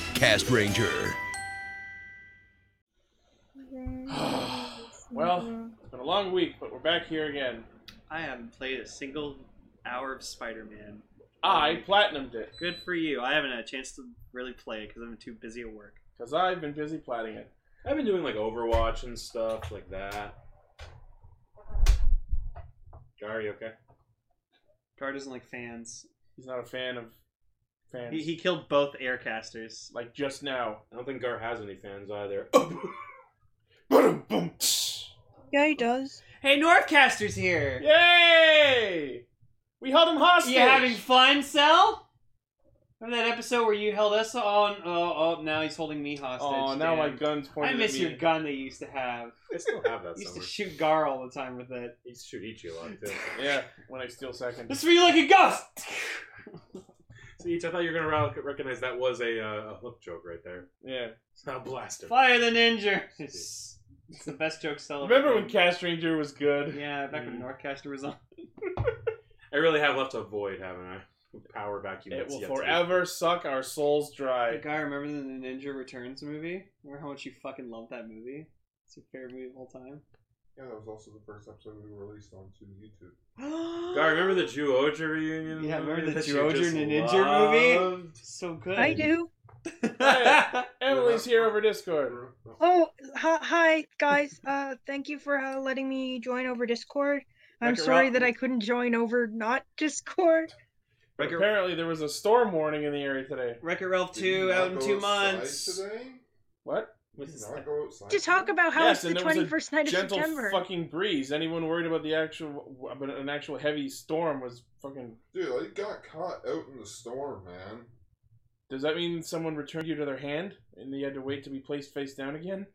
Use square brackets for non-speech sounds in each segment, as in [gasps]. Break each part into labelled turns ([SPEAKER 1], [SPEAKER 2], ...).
[SPEAKER 1] Podcast Ranger.
[SPEAKER 2] Well, it's been a long week, but we're back here again.
[SPEAKER 3] I haven't played a single hour of Spider-Man.
[SPEAKER 2] I platinumed it
[SPEAKER 3] Good for you. I haven't had a chance to really play it because I'm too busy at work.
[SPEAKER 2] because I've been busy platting it.
[SPEAKER 4] I've been doing like Overwatch and stuff like that. Gar, you okay?
[SPEAKER 3] Gar doesn't like fans.
[SPEAKER 2] He's not a fan of fans.
[SPEAKER 3] He, he killed both aircasters.
[SPEAKER 2] like just now.
[SPEAKER 4] I don't think Gar has any fans either.
[SPEAKER 5] Yeah, he does.
[SPEAKER 3] Hey, Northcaster's here.
[SPEAKER 2] Yay! We held him hostage.
[SPEAKER 3] You having fun, Cell? Remember that episode where you held us on? Oh, oh now he's holding me hostage.
[SPEAKER 2] Oh, now my
[SPEAKER 3] Dan.
[SPEAKER 2] gun's
[SPEAKER 3] I
[SPEAKER 2] pointed at
[SPEAKER 3] miss
[SPEAKER 2] me.
[SPEAKER 3] your gun that you used to have.
[SPEAKER 4] I still have that
[SPEAKER 3] You used
[SPEAKER 4] somewhere.
[SPEAKER 3] to shoot Gar all the time with it.
[SPEAKER 4] He used to shoot Ichi a lot [laughs] too.
[SPEAKER 2] Yeah, when I steal seconds.
[SPEAKER 3] This is for you like
[SPEAKER 2] [laughs]
[SPEAKER 3] a ghost!
[SPEAKER 4] So Ichi, I thought you were gonna rec- recognize that was a, uh, a hook joke right there.
[SPEAKER 2] Yeah.
[SPEAKER 4] It's not a blaster.
[SPEAKER 3] Fire the ninja! It's, it's the best joke Cell ever
[SPEAKER 2] Remember when
[SPEAKER 3] made.
[SPEAKER 2] Cast Ranger was good?
[SPEAKER 3] Yeah, back when
[SPEAKER 4] Mm.
[SPEAKER 3] Northcaster was on.
[SPEAKER 4] I really have left a void, haven't I? A Power vacuum.
[SPEAKER 2] It
[SPEAKER 4] that's
[SPEAKER 2] will
[SPEAKER 4] yet to be-
[SPEAKER 2] forever suck our souls dry.
[SPEAKER 3] Like, I remember the Ninja Returns movie. Remember how much you fucking loved that movie? It's your favorite movie of all
[SPEAKER 6] [gasps]
[SPEAKER 3] time.
[SPEAKER 6] Yeah, that was also the first episode we released onto YouTube.
[SPEAKER 4] Gar, remember the Juoja reunion?
[SPEAKER 3] Yeah,
[SPEAKER 4] [laughs]
[SPEAKER 3] remember
[SPEAKER 4] movie
[SPEAKER 3] the
[SPEAKER 4] that you
[SPEAKER 3] Juoja
[SPEAKER 4] just
[SPEAKER 3] Ninja
[SPEAKER 4] loved?
[SPEAKER 3] so good.
[SPEAKER 5] I do.
[SPEAKER 2] Emily's here over Discord.
[SPEAKER 5] Oh, hi, hi guys. Uh, thank you for uh, letting me join over Discord. I'm
[SPEAKER 2] Wreck-It
[SPEAKER 5] sorry
[SPEAKER 2] Ralph.
[SPEAKER 5] that I couldn't join over not Discord.
[SPEAKER 3] Wreck-It-
[SPEAKER 2] Apparently, there was a storm warning in the area today.
[SPEAKER 3] [laughs] Wreck-It Ralph
[SPEAKER 6] Did
[SPEAKER 3] 2
[SPEAKER 6] you
[SPEAKER 3] out
[SPEAKER 6] not
[SPEAKER 3] in
[SPEAKER 6] go
[SPEAKER 3] two
[SPEAKER 6] outside
[SPEAKER 3] months.
[SPEAKER 6] Today?
[SPEAKER 2] What?
[SPEAKER 3] What's
[SPEAKER 6] Did
[SPEAKER 3] this
[SPEAKER 6] you
[SPEAKER 3] thing?
[SPEAKER 6] not go outside
[SPEAKER 5] To talk about how
[SPEAKER 2] Yes,
[SPEAKER 5] it's the
[SPEAKER 2] and there was a
[SPEAKER 5] 21st night of
[SPEAKER 2] gentle
[SPEAKER 5] September.
[SPEAKER 2] fucking breeze. Anyone worried about the actual, about an actual heavy storm was fucking.
[SPEAKER 6] Dude, I got caught out in the storm, man.
[SPEAKER 2] Does that mean someone returned you to their hand and you had to wait to be placed face down again?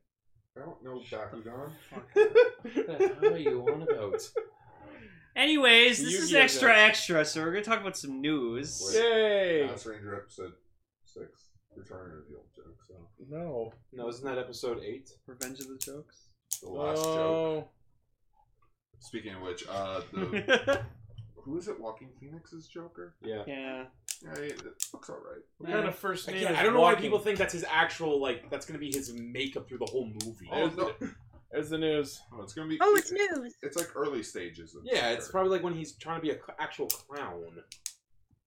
[SPEAKER 6] I don't know Bakugan. [laughs]
[SPEAKER 4] What the hell are you on about?
[SPEAKER 3] Anyways, this
[SPEAKER 2] Yu-Gi-Oh!
[SPEAKER 3] is extra extra, so we're gonna talk about some news.
[SPEAKER 6] Wait.
[SPEAKER 2] Yay!
[SPEAKER 6] Mass Ranger episode 6. Return of the old joke, so.
[SPEAKER 2] No.
[SPEAKER 4] [laughs] No, isn't that episode eight?
[SPEAKER 3] Revenge of the Jokes. [laughs]
[SPEAKER 6] The last joke.
[SPEAKER 2] oh.
[SPEAKER 6] Speaking of which, uh,
[SPEAKER 3] [laughs]
[SPEAKER 6] the, who is it? Walking Phoenix's Joker?
[SPEAKER 4] Yeah.
[SPEAKER 3] yeah.
[SPEAKER 6] Yeah, it it looks alright.
[SPEAKER 2] What kind of first
[SPEAKER 4] I,
[SPEAKER 2] name?
[SPEAKER 4] can't-
[SPEAKER 2] is
[SPEAKER 4] I don't know why
[SPEAKER 2] walking?
[SPEAKER 4] people think that's his actual like. That's gonna be his makeup through the whole movie.
[SPEAKER 6] Oh, no.
[SPEAKER 2] There's the news.
[SPEAKER 6] Oh, it's gonna be.
[SPEAKER 5] Oh, it's news.
[SPEAKER 6] It's like early stages. Of
[SPEAKER 4] Yeah, it's
[SPEAKER 6] Joker.
[SPEAKER 4] probably like when he's trying to be an actual clown.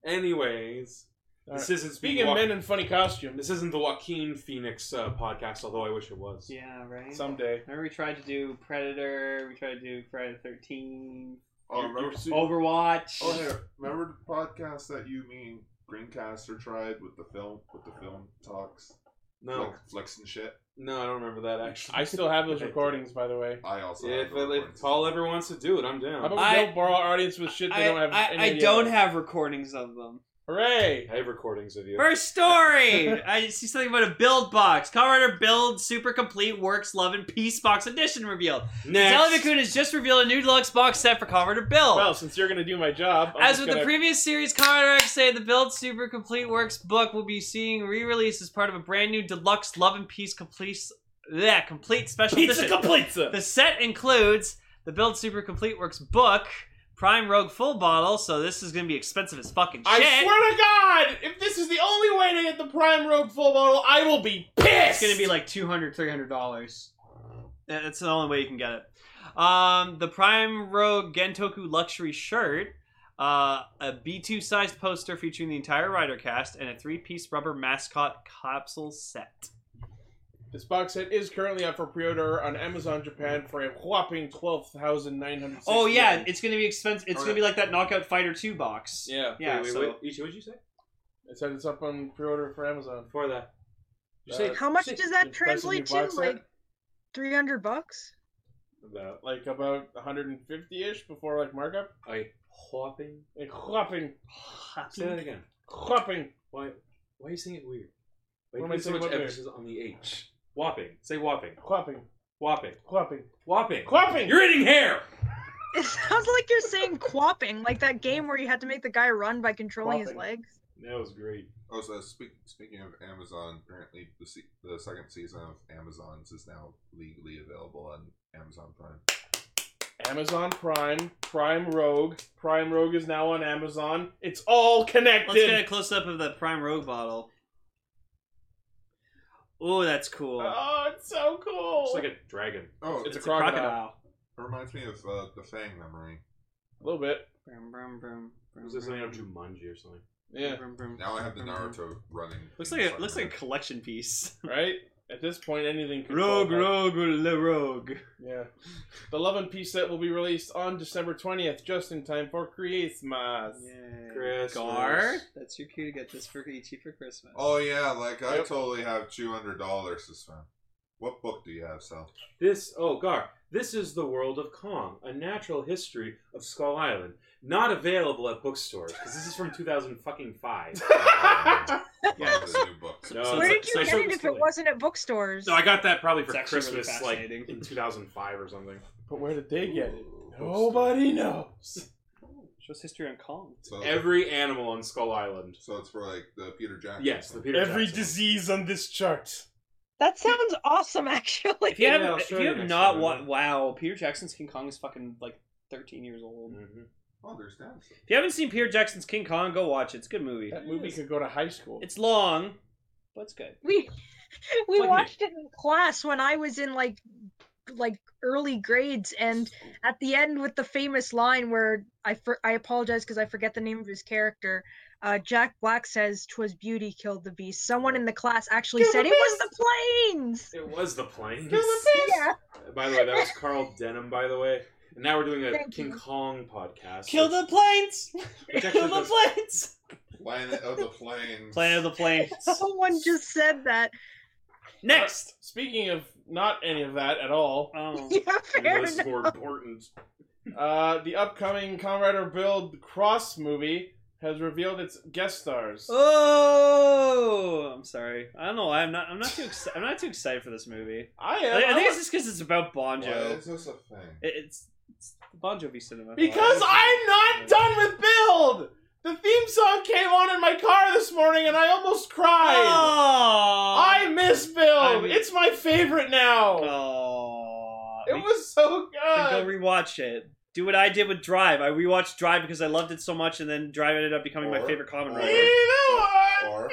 [SPEAKER 4] Anyways, this
[SPEAKER 2] Alright.
[SPEAKER 4] isn't
[SPEAKER 2] Speaking of
[SPEAKER 4] Wa-
[SPEAKER 2] men in funny costumes,
[SPEAKER 4] This isn't the Joaquin Phoenix uh, podcast, although I wish it was.
[SPEAKER 3] Yeah, right?
[SPEAKER 2] someday.
[SPEAKER 3] Remember we tried to do Predator, we tried to do Friday the 13th,
[SPEAKER 6] Oh, remember,
[SPEAKER 3] Overwatch.
[SPEAKER 6] oh, yeah. Remember the podcast that you mean Greencaster tried with the film, with the film talks,
[SPEAKER 4] No,
[SPEAKER 6] flex, flex and shit.
[SPEAKER 4] no, I don't remember that actually.
[SPEAKER 2] I
[SPEAKER 4] [laughs]
[SPEAKER 2] still have those recordings, by the way.
[SPEAKER 6] I also.
[SPEAKER 4] If,
[SPEAKER 6] have the
[SPEAKER 4] if
[SPEAKER 6] recordings.
[SPEAKER 4] Paul ever wants to do it, I'm
[SPEAKER 2] How about
[SPEAKER 4] down.
[SPEAKER 2] we
[SPEAKER 3] I-
[SPEAKER 2] don't borrow our audience with shit they
[SPEAKER 3] I,
[SPEAKER 2] don't have?
[SPEAKER 3] I,
[SPEAKER 2] any
[SPEAKER 3] I
[SPEAKER 2] idea
[SPEAKER 3] don't
[SPEAKER 2] about?
[SPEAKER 3] have recordings of them.
[SPEAKER 2] Hooray!
[SPEAKER 4] I have recordings of you.
[SPEAKER 3] First
[SPEAKER 2] [laughs]
[SPEAKER 3] story! I see something about a build box. Colorado Build Super Complete Works Love and Peace Box Edition revealed. Zelda
[SPEAKER 4] Next,
[SPEAKER 3] Coon has just revealed a new deluxe box set for Colorado Build.
[SPEAKER 2] Well, since you're gonna do my job, I'm
[SPEAKER 3] Oh. As
[SPEAKER 2] just
[SPEAKER 3] with
[SPEAKER 2] gonna... [laughs]
[SPEAKER 3] the previous series, Colorado X say the Build Super Complete Works book will be seeing re-release as part of a brand new deluxe Love and Peace Complete yeah, complete special
[SPEAKER 2] pizza
[SPEAKER 3] edition.
[SPEAKER 2] completa.
[SPEAKER 3] The set includes the Build Super Complete Works book, Prime Rogue full bottle, so this is gonna be expensive as fucking shit.
[SPEAKER 2] I swear to God, if this is the only way to get the Prime Rogue full bottle, I will be
[SPEAKER 3] It's
[SPEAKER 2] pissed.
[SPEAKER 3] gonna be like 200 300 dollars. That's the only way you can get it. Um, the Prime Rogue Gentoku luxury shirt, uh, a B2 sized poster featuring the entire rider cast, and a three piece rubber mascot capsule set.
[SPEAKER 2] This box set is currently up for pre-order on Amazon Japan for a whopping twelve thousand nine hundred.
[SPEAKER 3] Oh yeah, it's gonna be expensive. It's
[SPEAKER 6] Alright.
[SPEAKER 3] gonna be like that Knockout Fighter 2 box.
[SPEAKER 2] yeah.
[SPEAKER 3] Yeah,
[SPEAKER 4] Wait, wait,
[SPEAKER 3] so
[SPEAKER 4] wait. Ichi, what'd you say?
[SPEAKER 2] It said it's up on pre-order for Amazon.
[SPEAKER 4] Before that, you
[SPEAKER 2] Uh,
[SPEAKER 4] say
[SPEAKER 5] How much
[SPEAKER 2] Shit,
[SPEAKER 5] does
[SPEAKER 2] the
[SPEAKER 5] that
[SPEAKER 2] price of the new
[SPEAKER 5] translate to?
[SPEAKER 2] box set?
[SPEAKER 5] Like 300 bucks? [laughs]
[SPEAKER 4] about
[SPEAKER 2] Like about one hundred and fifty ish before like markup.
[SPEAKER 4] a whopping.
[SPEAKER 2] Like whopping,
[SPEAKER 4] Say that again.
[SPEAKER 2] whopping.
[SPEAKER 4] Why? Why are you saying it weird?
[SPEAKER 2] What
[SPEAKER 4] Why
[SPEAKER 2] am
[SPEAKER 4] you
[SPEAKER 2] I
[SPEAKER 4] put so
[SPEAKER 2] saying
[SPEAKER 4] much
[SPEAKER 2] about
[SPEAKER 4] emphasis on the H? Whopping. Say whopping.
[SPEAKER 2] Whopping,
[SPEAKER 4] Whopping.
[SPEAKER 2] whopping,
[SPEAKER 4] Whopping.
[SPEAKER 2] whopping.
[SPEAKER 4] You're eating hair.
[SPEAKER 5] It sounds like you're saying quapping, like that game where you had to make the guy run by controlling his
[SPEAKER 2] Quapping.
[SPEAKER 5] legs.
[SPEAKER 4] That was great.
[SPEAKER 6] Oh, so speak, speaking of Amazon, apparently the se- the second season of Amazon's is now legally available on Amazon Prime.
[SPEAKER 2] Amazon Prime, Prime Rogue. Prime Rogue is now on Amazon. It's all
[SPEAKER 3] Let's
[SPEAKER 2] connected.
[SPEAKER 3] get a close up of the Prime Rogue bottle. Oh, that's cool.
[SPEAKER 2] Oh, it's so cool.
[SPEAKER 4] It's like a dragon.
[SPEAKER 6] Oh,
[SPEAKER 2] It's
[SPEAKER 6] it
[SPEAKER 2] a crocodile.
[SPEAKER 6] reminds me of uh, the Fang memory.
[SPEAKER 2] a little bit.
[SPEAKER 3] Brum, brum, brum, brum,
[SPEAKER 4] Was this something
[SPEAKER 3] brum,
[SPEAKER 4] out of Jumanji or something?
[SPEAKER 2] Yeah.
[SPEAKER 3] brum, brum,
[SPEAKER 6] Now I have the
[SPEAKER 3] brum, brum.
[SPEAKER 6] Naruto running.
[SPEAKER 3] Looks
[SPEAKER 6] in
[SPEAKER 3] like a,
[SPEAKER 6] front
[SPEAKER 3] looks
[SPEAKER 6] of
[SPEAKER 3] like a
[SPEAKER 6] me.
[SPEAKER 3] collection piece.
[SPEAKER 2] Right? At this point, anything can
[SPEAKER 3] Rogue,
[SPEAKER 2] qualify.
[SPEAKER 3] rogue, le rogue.
[SPEAKER 2] Yeah. The Love and Peace set will be released on December 20th, just in time for Christmas.
[SPEAKER 4] Christmas.
[SPEAKER 3] Gar, that's your cue to get this for Ichi for Christmas.
[SPEAKER 6] Oh yeah, like I
[SPEAKER 2] Yep.
[SPEAKER 6] totally have two hundred dollars to spend. What book do you have, [laughs] Sal?
[SPEAKER 4] This, oh, Gar, this is the world of Kong, a natural history of Skull Island. Not available at bookstores because this is from 2005.
[SPEAKER 6] Uh, love the new book.
[SPEAKER 4] No,
[SPEAKER 3] So
[SPEAKER 5] Where
[SPEAKER 4] it's-
[SPEAKER 5] did you
[SPEAKER 4] it's
[SPEAKER 5] get
[SPEAKER 4] like-
[SPEAKER 5] it if it wasn't at bookstores?
[SPEAKER 4] No, I got that probably
[SPEAKER 3] It's
[SPEAKER 4] for
[SPEAKER 3] actually really
[SPEAKER 4] Christmas, like
[SPEAKER 3] fascinating.
[SPEAKER 4] in 2005
[SPEAKER 3] [laughs]
[SPEAKER 4] or something.
[SPEAKER 2] [laughs] But where did they get it?
[SPEAKER 6] Ooh,
[SPEAKER 2] Nobody knows.
[SPEAKER 3] Shows history on Kong.
[SPEAKER 6] So,
[SPEAKER 4] Every animal on Skull Island.
[SPEAKER 6] so it's for like the Peter Jackson.
[SPEAKER 4] Yes, the
[SPEAKER 6] book.
[SPEAKER 4] Peter
[SPEAKER 2] Every
[SPEAKER 4] Jackson.
[SPEAKER 2] disease on this chart.
[SPEAKER 5] That sounds awesome, [laughs] actually.
[SPEAKER 3] If you
[SPEAKER 4] Yeah,
[SPEAKER 3] haven't,
[SPEAKER 4] I'll
[SPEAKER 3] if
[SPEAKER 4] show
[SPEAKER 3] you
[SPEAKER 4] you
[SPEAKER 3] have
[SPEAKER 4] next
[SPEAKER 3] not,
[SPEAKER 4] time.
[SPEAKER 3] wa- wow, Peter Jackson's King Kong is fucking like 13 years old.
[SPEAKER 4] Mhm.
[SPEAKER 6] Oh, there's dinosaurs.
[SPEAKER 3] If you haven't seen Peter Jackson's King Kong, go watch it. It's a good movie.
[SPEAKER 2] That movie could go to high school.
[SPEAKER 3] It's long, but it's good.
[SPEAKER 5] We we
[SPEAKER 4] Like me.
[SPEAKER 5] watched it in class when I was in like like early grades, and at the end with the famous line where I for, I apologize because I forget the name of his character. Uh, Jack Black says, "Twas beauty killed the beast." Someone in the class actually
[SPEAKER 2] Kill the
[SPEAKER 5] said it was the planes.
[SPEAKER 4] It was the planes.
[SPEAKER 5] Yeah,
[SPEAKER 4] By the way, that was Carl Denham. By the way, and now we're doing a
[SPEAKER 5] Thank
[SPEAKER 4] King
[SPEAKER 5] you.
[SPEAKER 4] Kong podcast.
[SPEAKER 3] Kill the
[SPEAKER 4] [laughs]
[SPEAKER 3] planes!
[SPEAKER 4] Which actually
[SPEAKER 3] [laughs] Kill the
[SPEAKER 4] does-
[SPEAKER 3] planes!
[SPEAKER 6] Planet of the
[SPEAKER 3] [laughs]
[SPEAKER 6] Plains.
[SPEAKER 3] Planet of the
[SPEAKER 4] [laughs]
[SPEAKER 3] planes.
[SPEAKER 5] someone just said that.
[SPEAKER 4] [laughs]
[SPEAKER 3] Next!
[SPEAKER 2] Speaking of not any of that at all,
[SPEAKER 3] Oh.
[SPEAKER 5] [laughs] Yeah, fair
[SPEAKER 4] Even this is
[SPEAKER 5] enough.
[SPEAKER 4] more important.
[SPEAKER 2] uh, the upcoming Comrade Build Cross movie has revealed its guest stars.
[SPEAKER 3] Oh, I'm sorry. I don't know. why I'm not. I'm not too. Exci- I'm not too excited for this movie.
[SPEAKER 2] I
[SPEAKER 3] I,
[SPEAKER 2] am.
[SPEAKER 3] I
[SPEAKER 2] I'm
[SPEAKER 3] think it's
[SPEAKER 2] a-
[SPEAKER 3] just because it's about Bon
[SPEAKER 6] Why
[SPEAKER 3] Jovi.
[SPEAKER 6] is this a thing?
[SPEAKER 3] It, it's, it's Bon Jovi cinema.
[SPEAKER 2] Because I'm not done with Build! The theme song came on in my car this morning and I almost
[SPEAKER 3] Oh.
[SPEAKER 2] cried!
[SPEAKER 3] Aw.
[SPEAKER 2] I miss Build!
[SPEAKER 3] I'm-
[SPEAKER 2] It's my favorite now!
[SPEAKER 4] Oh,
[SPEAKER 3] Aw.
[SPEAKER 2] It was so
[SPEAKER 3] Then go
[SPEAKER 2] good!
[SPEAKER 3] rewatch it. Do what I did with Drive. I rewatched Drive because I loved it so much, and then Drive ended up becoming my
[SPEAKER 6] Or-
[SPEAKER 3] favorite common
[SPEAKER 6] or-
[SPEAKER 2] Either
[SPEAKER 3] writer.
[SPEAKER 2] one!
[SPEAKER 6] Or-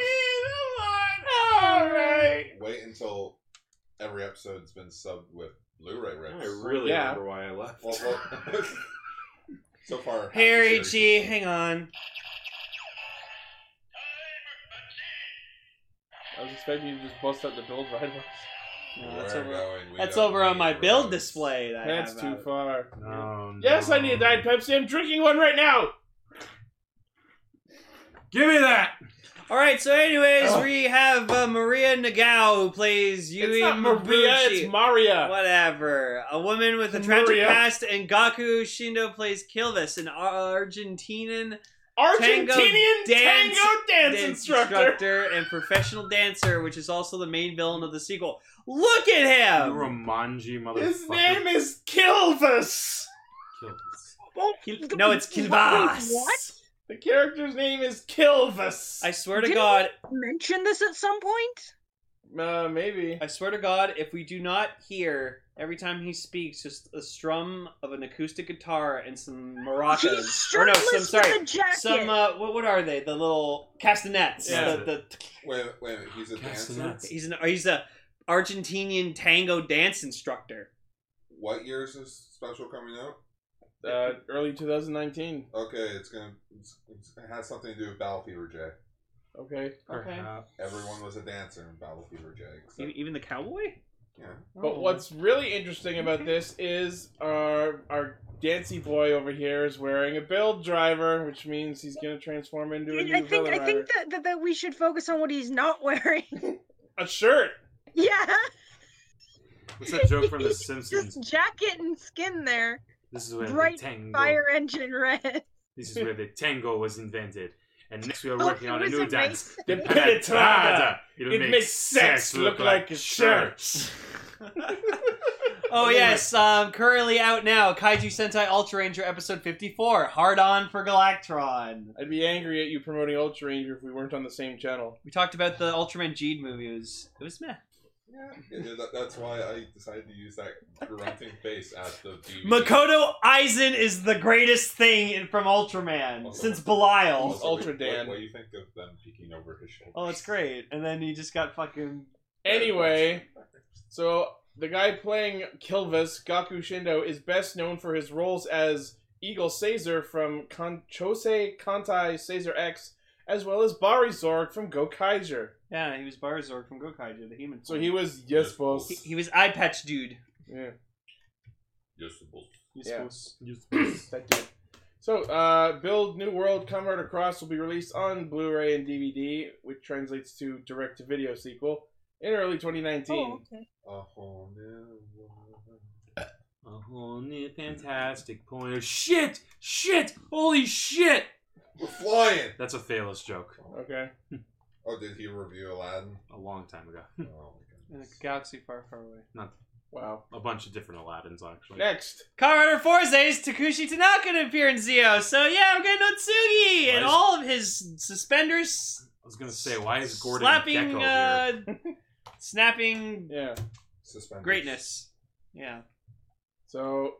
[SPEAKER 2] Either one! Alright!
[SPEAKER 6] Wait until every episode's been subbed with Blu-ray
[SPEAKER 4] Now
[SPEAKER 6] rips.
[SPEAKER 4] I really
[SPEAKER 2] Yeah.
[SPEAKER 4] remember why I left.
[SPEAKER 6] Well, well, [laughs] so far, half the
[SPEAKER 3] Harry
[SPEAKER 6] series-
[SPEAKER 3] G, hang on.
[SPEAKER 2] I was expecting you to just bust out the Build right away.
[SPEAKER 3] No, that's
[SPEAKER 6] We're
[SPEAKER 3] over.
[SPEAKER 6] going- we
[SPEAKER 3] That's
[SPEAKER 6] don't
[SPEAKER 3] over on
[SPEAKER 6] need
[SPEAKER 3] my build
[SPEAKER 6] roads.
[SPEAKER 3] display. That I
[SPEAKER 2] That's
[SPEAKER 3] have
[SPEAKER 2] too
[SPEAKER 3] out.
[SPEAKER 2] far.
[SPEAKER 4] [laughs] No,
[SPEAKER 2] Yes,
[SPEAKER 4] no.
[SPEAKER 2] I need a Diet Pepsi. I'm drinking one right now!
[SPEAKER 4] Give me that.
[SPEAKER 3] All right. So, anyways,
[SPEAKER 2] Ugh.
[SPEAKER 3] we have uh, Maria Nagao who plays Yui
[SPEAKER 2] Oh. it's not Maria,
[SPEAKER 3] Mabuchi.
[SPEAKER 2] it's Maria!
[SPEAKER 3] Whatever. A woman with a
[SPEAKER 2] Maria.
[SPEAKER 3] tragic past, and Gaku Shindo plays Kilvis, an Argentinian
[SPEAKER 2] Argentinian tango
[SPEAKER 3] dance-
[SPEAKER 2] dance,
[SPEAKER 3] dance
[SPEAKER 2] instructor!
[SPEAKER 3] and professional dancer, which is also the main villain of the sequel. Look at
[SPEAKER 4] You
[SPEAKER 3] him!
[SPEAKER 4] Romanji motherfucker.
[SPEAKER 2] His name is Kilvis!
[SPEAKER 4] Kill
[SPEAKER 5] Well,
[SPEAKER 3] Kil-
[SPEAKER 5] the-
[SPEAKER 3] no, it's
[SPEAKER 5] wait,
[SPEAKER 3] Kilvas.
[SPEAKER 5] What?
[SPEAKER 2] The character's name is Kilvis.
[SPEAKER 3] I swear to
[SPEAKER 5] Didn't
[SPEAKER 3] God,
[SPEAKER 5] Mention this at some point.
[SPEAKER 2] uh, maybe.
[SPEAKER 3] I swear to God, if we do not hear every time he speaks just a strum of an acoustic guitar and some
[SPEAKER 5] He's
[SPEAKER 3] maracas, or no,
[SPEAKER 5] shirtless
[SPEAKER 3] some sorry,
[SPEAKER 5] with a jacket.
[SPEAKER 3] some uh, what, what are they? The little castanets.
[SPEAKER 2] Yeah.
[SPEAKER 3] The, the
[SPEAKER 6] Wait, a minute, wait, a minute, he's a dancer.
[SPEAKER 4] Castanets.
[SPEAKER 3] He's an he's a Argentinian tango dance instructor.
[SPEAKER 6] What year is this special coming out?
[SPEAKER 2] Uh, early 2019.
[SPEAKER 6] Okay, it's gonna it's, it's, it has something to do with Battle Fever J.
[SPEAKER 2] Okay.
[SPEAKER 4] Perhaps.
[SPEAKER 6] Everyone was a dancer in Battle Fever J. except-
[SPEAKER 3] E- Even the cowboy.
[SPEAKER 6] yeah.
[SPEAKER 5] Oh.
[SPEAKER 2] But what's really interesting about this is our our dancy boy over here is wearing a build driver, which means he's gonna transform into a
[SPEAKER 5] I-
[SPEAKER 2] new
[SPEAKER 5] I think
[SPEAKER 2] Build
[SPEAKER 5] I think
[SPEAKER 2] rider.
[SPEAKER 5] that, that that we should focus on what he's not wearing. [laughs]
[SPEAKER 2] a shirt.
[SPEAKER 5] yeah,
[SPEAKER 4] What's that joke from The Simpsons?
[SPEAKER 5] just jacket and skin there.
[SPEAKER 4] This is where the
[SPEAKER 5] bright
[SPEAKER 4] tango.
[SPEAKER 5] Fire engine red.
[SPEAKER 4] This is where the tango was invented. And next we are
[SPEAKER 5] Oh,
[SPEAKER 4] working
[SPEAKER 5] it
[SPEAKER 4] on a
[SPEAKER 5] was
[SPEAKER 4] new
[SPEAKER 5] a
[SPEAKER 4] dance.
[SPEAKER 5] race.
[SPEAKER 4] The
[SPEAKER 2] penetrada.
[SPEAKER 4] It'll
[SPEAKER 2] It
[SPEAKER 4] make
[SPEAKER 2] makes sex look like a shirt.
[SPEAKER 3] [laughs] Oh yes, um, currently out now, Kaiju Sentai Ultra Ranger episode fifty-four. Hard on for Galactron.
[SPEAKER 2] I'd be angry at you promoting Ultra Ranger if we weren't on the same channel.
[SPEAKER 3] We talked about the Ultraman Jeed movie. It was it was meh.
[SPEAKER 6] Yeah, yeah, that, that's why I decided to use that grunting face as the DVD.
[SPEAKER 3] Makoto Aizen is the greatest thing in, from
[SPEAKER 2] Oh.
[SPEAKER 3] Ultraman since Belial.
[SPEAKER 6] Also,
[SPEAKER 2] Ultra
[SPEAKER 6] wait,
[SPEAKER 2] Dan.
[SPEAKER 6] What, what do you think of them peeking over his shoulder?
[SPEAKER 3] Oh, it's great. And then he just got fucking
[SPEAKER 2] Anyway, so the guy playing Kilvis, Gaku Shindo, is best known for his roles as Eagle Caesar from Con- Chose Kantai Caesar X, as well as Bari Zorg from Go Kaiser.
[SPEAKER 3] Yeah, he was Barzorg from Gokaiju, the human.
[SPEAKER 2] So he was yes boss.
[SPEAKER 3] he, he was eye patch dude.
[SPEAKER 2] Yeah,
[SPEAKER 6] Just the bull.
[SPEAKER 2] Yeah.
[SPEAKER 3] supposed-
[SPEAKER 2] [clears throat] that dude. So, uh, Build New World Come Right Across will be released on Blu-ray and DVD, which translates to direct-to-video sequel in early 2019.
[SPEAKER 5] Oh, okay.
[SPEAKER 6] A whole new world.
[SPEAKER 4] A whole new fantastic point of shit, shit, holy shit.
[SPEAKER 6] We're flying.
[SPEAKER 4] That's a Phalos joke.
[SPEAKER 2] Okay.
[SPEAKER 6] Oh, did he review Aladdin?
[SPEAKER 4] A long time ago. [laughs]
[SPEAKER 6] Oh my
[SPEAKER 3] In a
[SPEAKER 6] goodness.
[SPEAKER 3] galaxy far, far away.
[SPEAKER 2] Wow.
[SPEAKER 4] A bunch of different Aladdins, actually.
[SPEAKER 2] Next.
[SPEAKER 3] Carter Forze's Takushi Tanaka to appear in Zio, so yeah, we're getting Otsugi and
[SPEAKER 4] Nice.
[SPEAKER 3] all of his suspenders.
[SPEAKER 4] I was gonna say, why is Gordon
[SPEAKER 3] slapping,
[SPEAKER 4] Gekko here? [laughs]
[SPEAKER 3] uh, snapping
[SPEAKER 2] Yeah.
[SPEAKER 6] Suspenders.
[SPEAKER 3] greatness? Yeah,
[SPEAKER 2] So,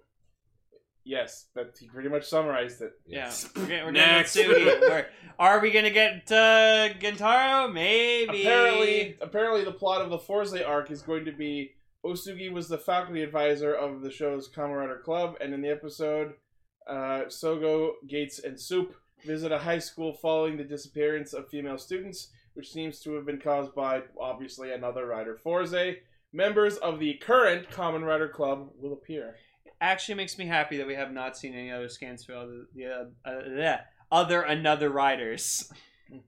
[SPEAKER 2] yes, that he pretty much summarized it.
[SPEAKER 3] yeah.
[SPEAKER 6] Yes.
[SPEAKER 3] We're getting, we're
[SPEAKER 4] Next.
[SPEAKER 3] getting Otsugi. We're- are we gonna get uh, Gentaro? Maybe.
[SPEAKER 2] Apparently, apparently, the plot of the Forza arc is going to be Osugi was the faculty advisor of the show's Camarader Club, and in the episode, uh, Sogo, Gates, and Soup visit a high school following the disappearance of female students, which seems to have been caused by obviously another rider Forza. Members of the current Common Rider Club will appear.
[SPEAKER 3] actually makes me happy that we have not seen any other scans for other the uh, uh, bleh, other another
[SPEAKER 4] [laughs]
[SPEAKER 3] riders.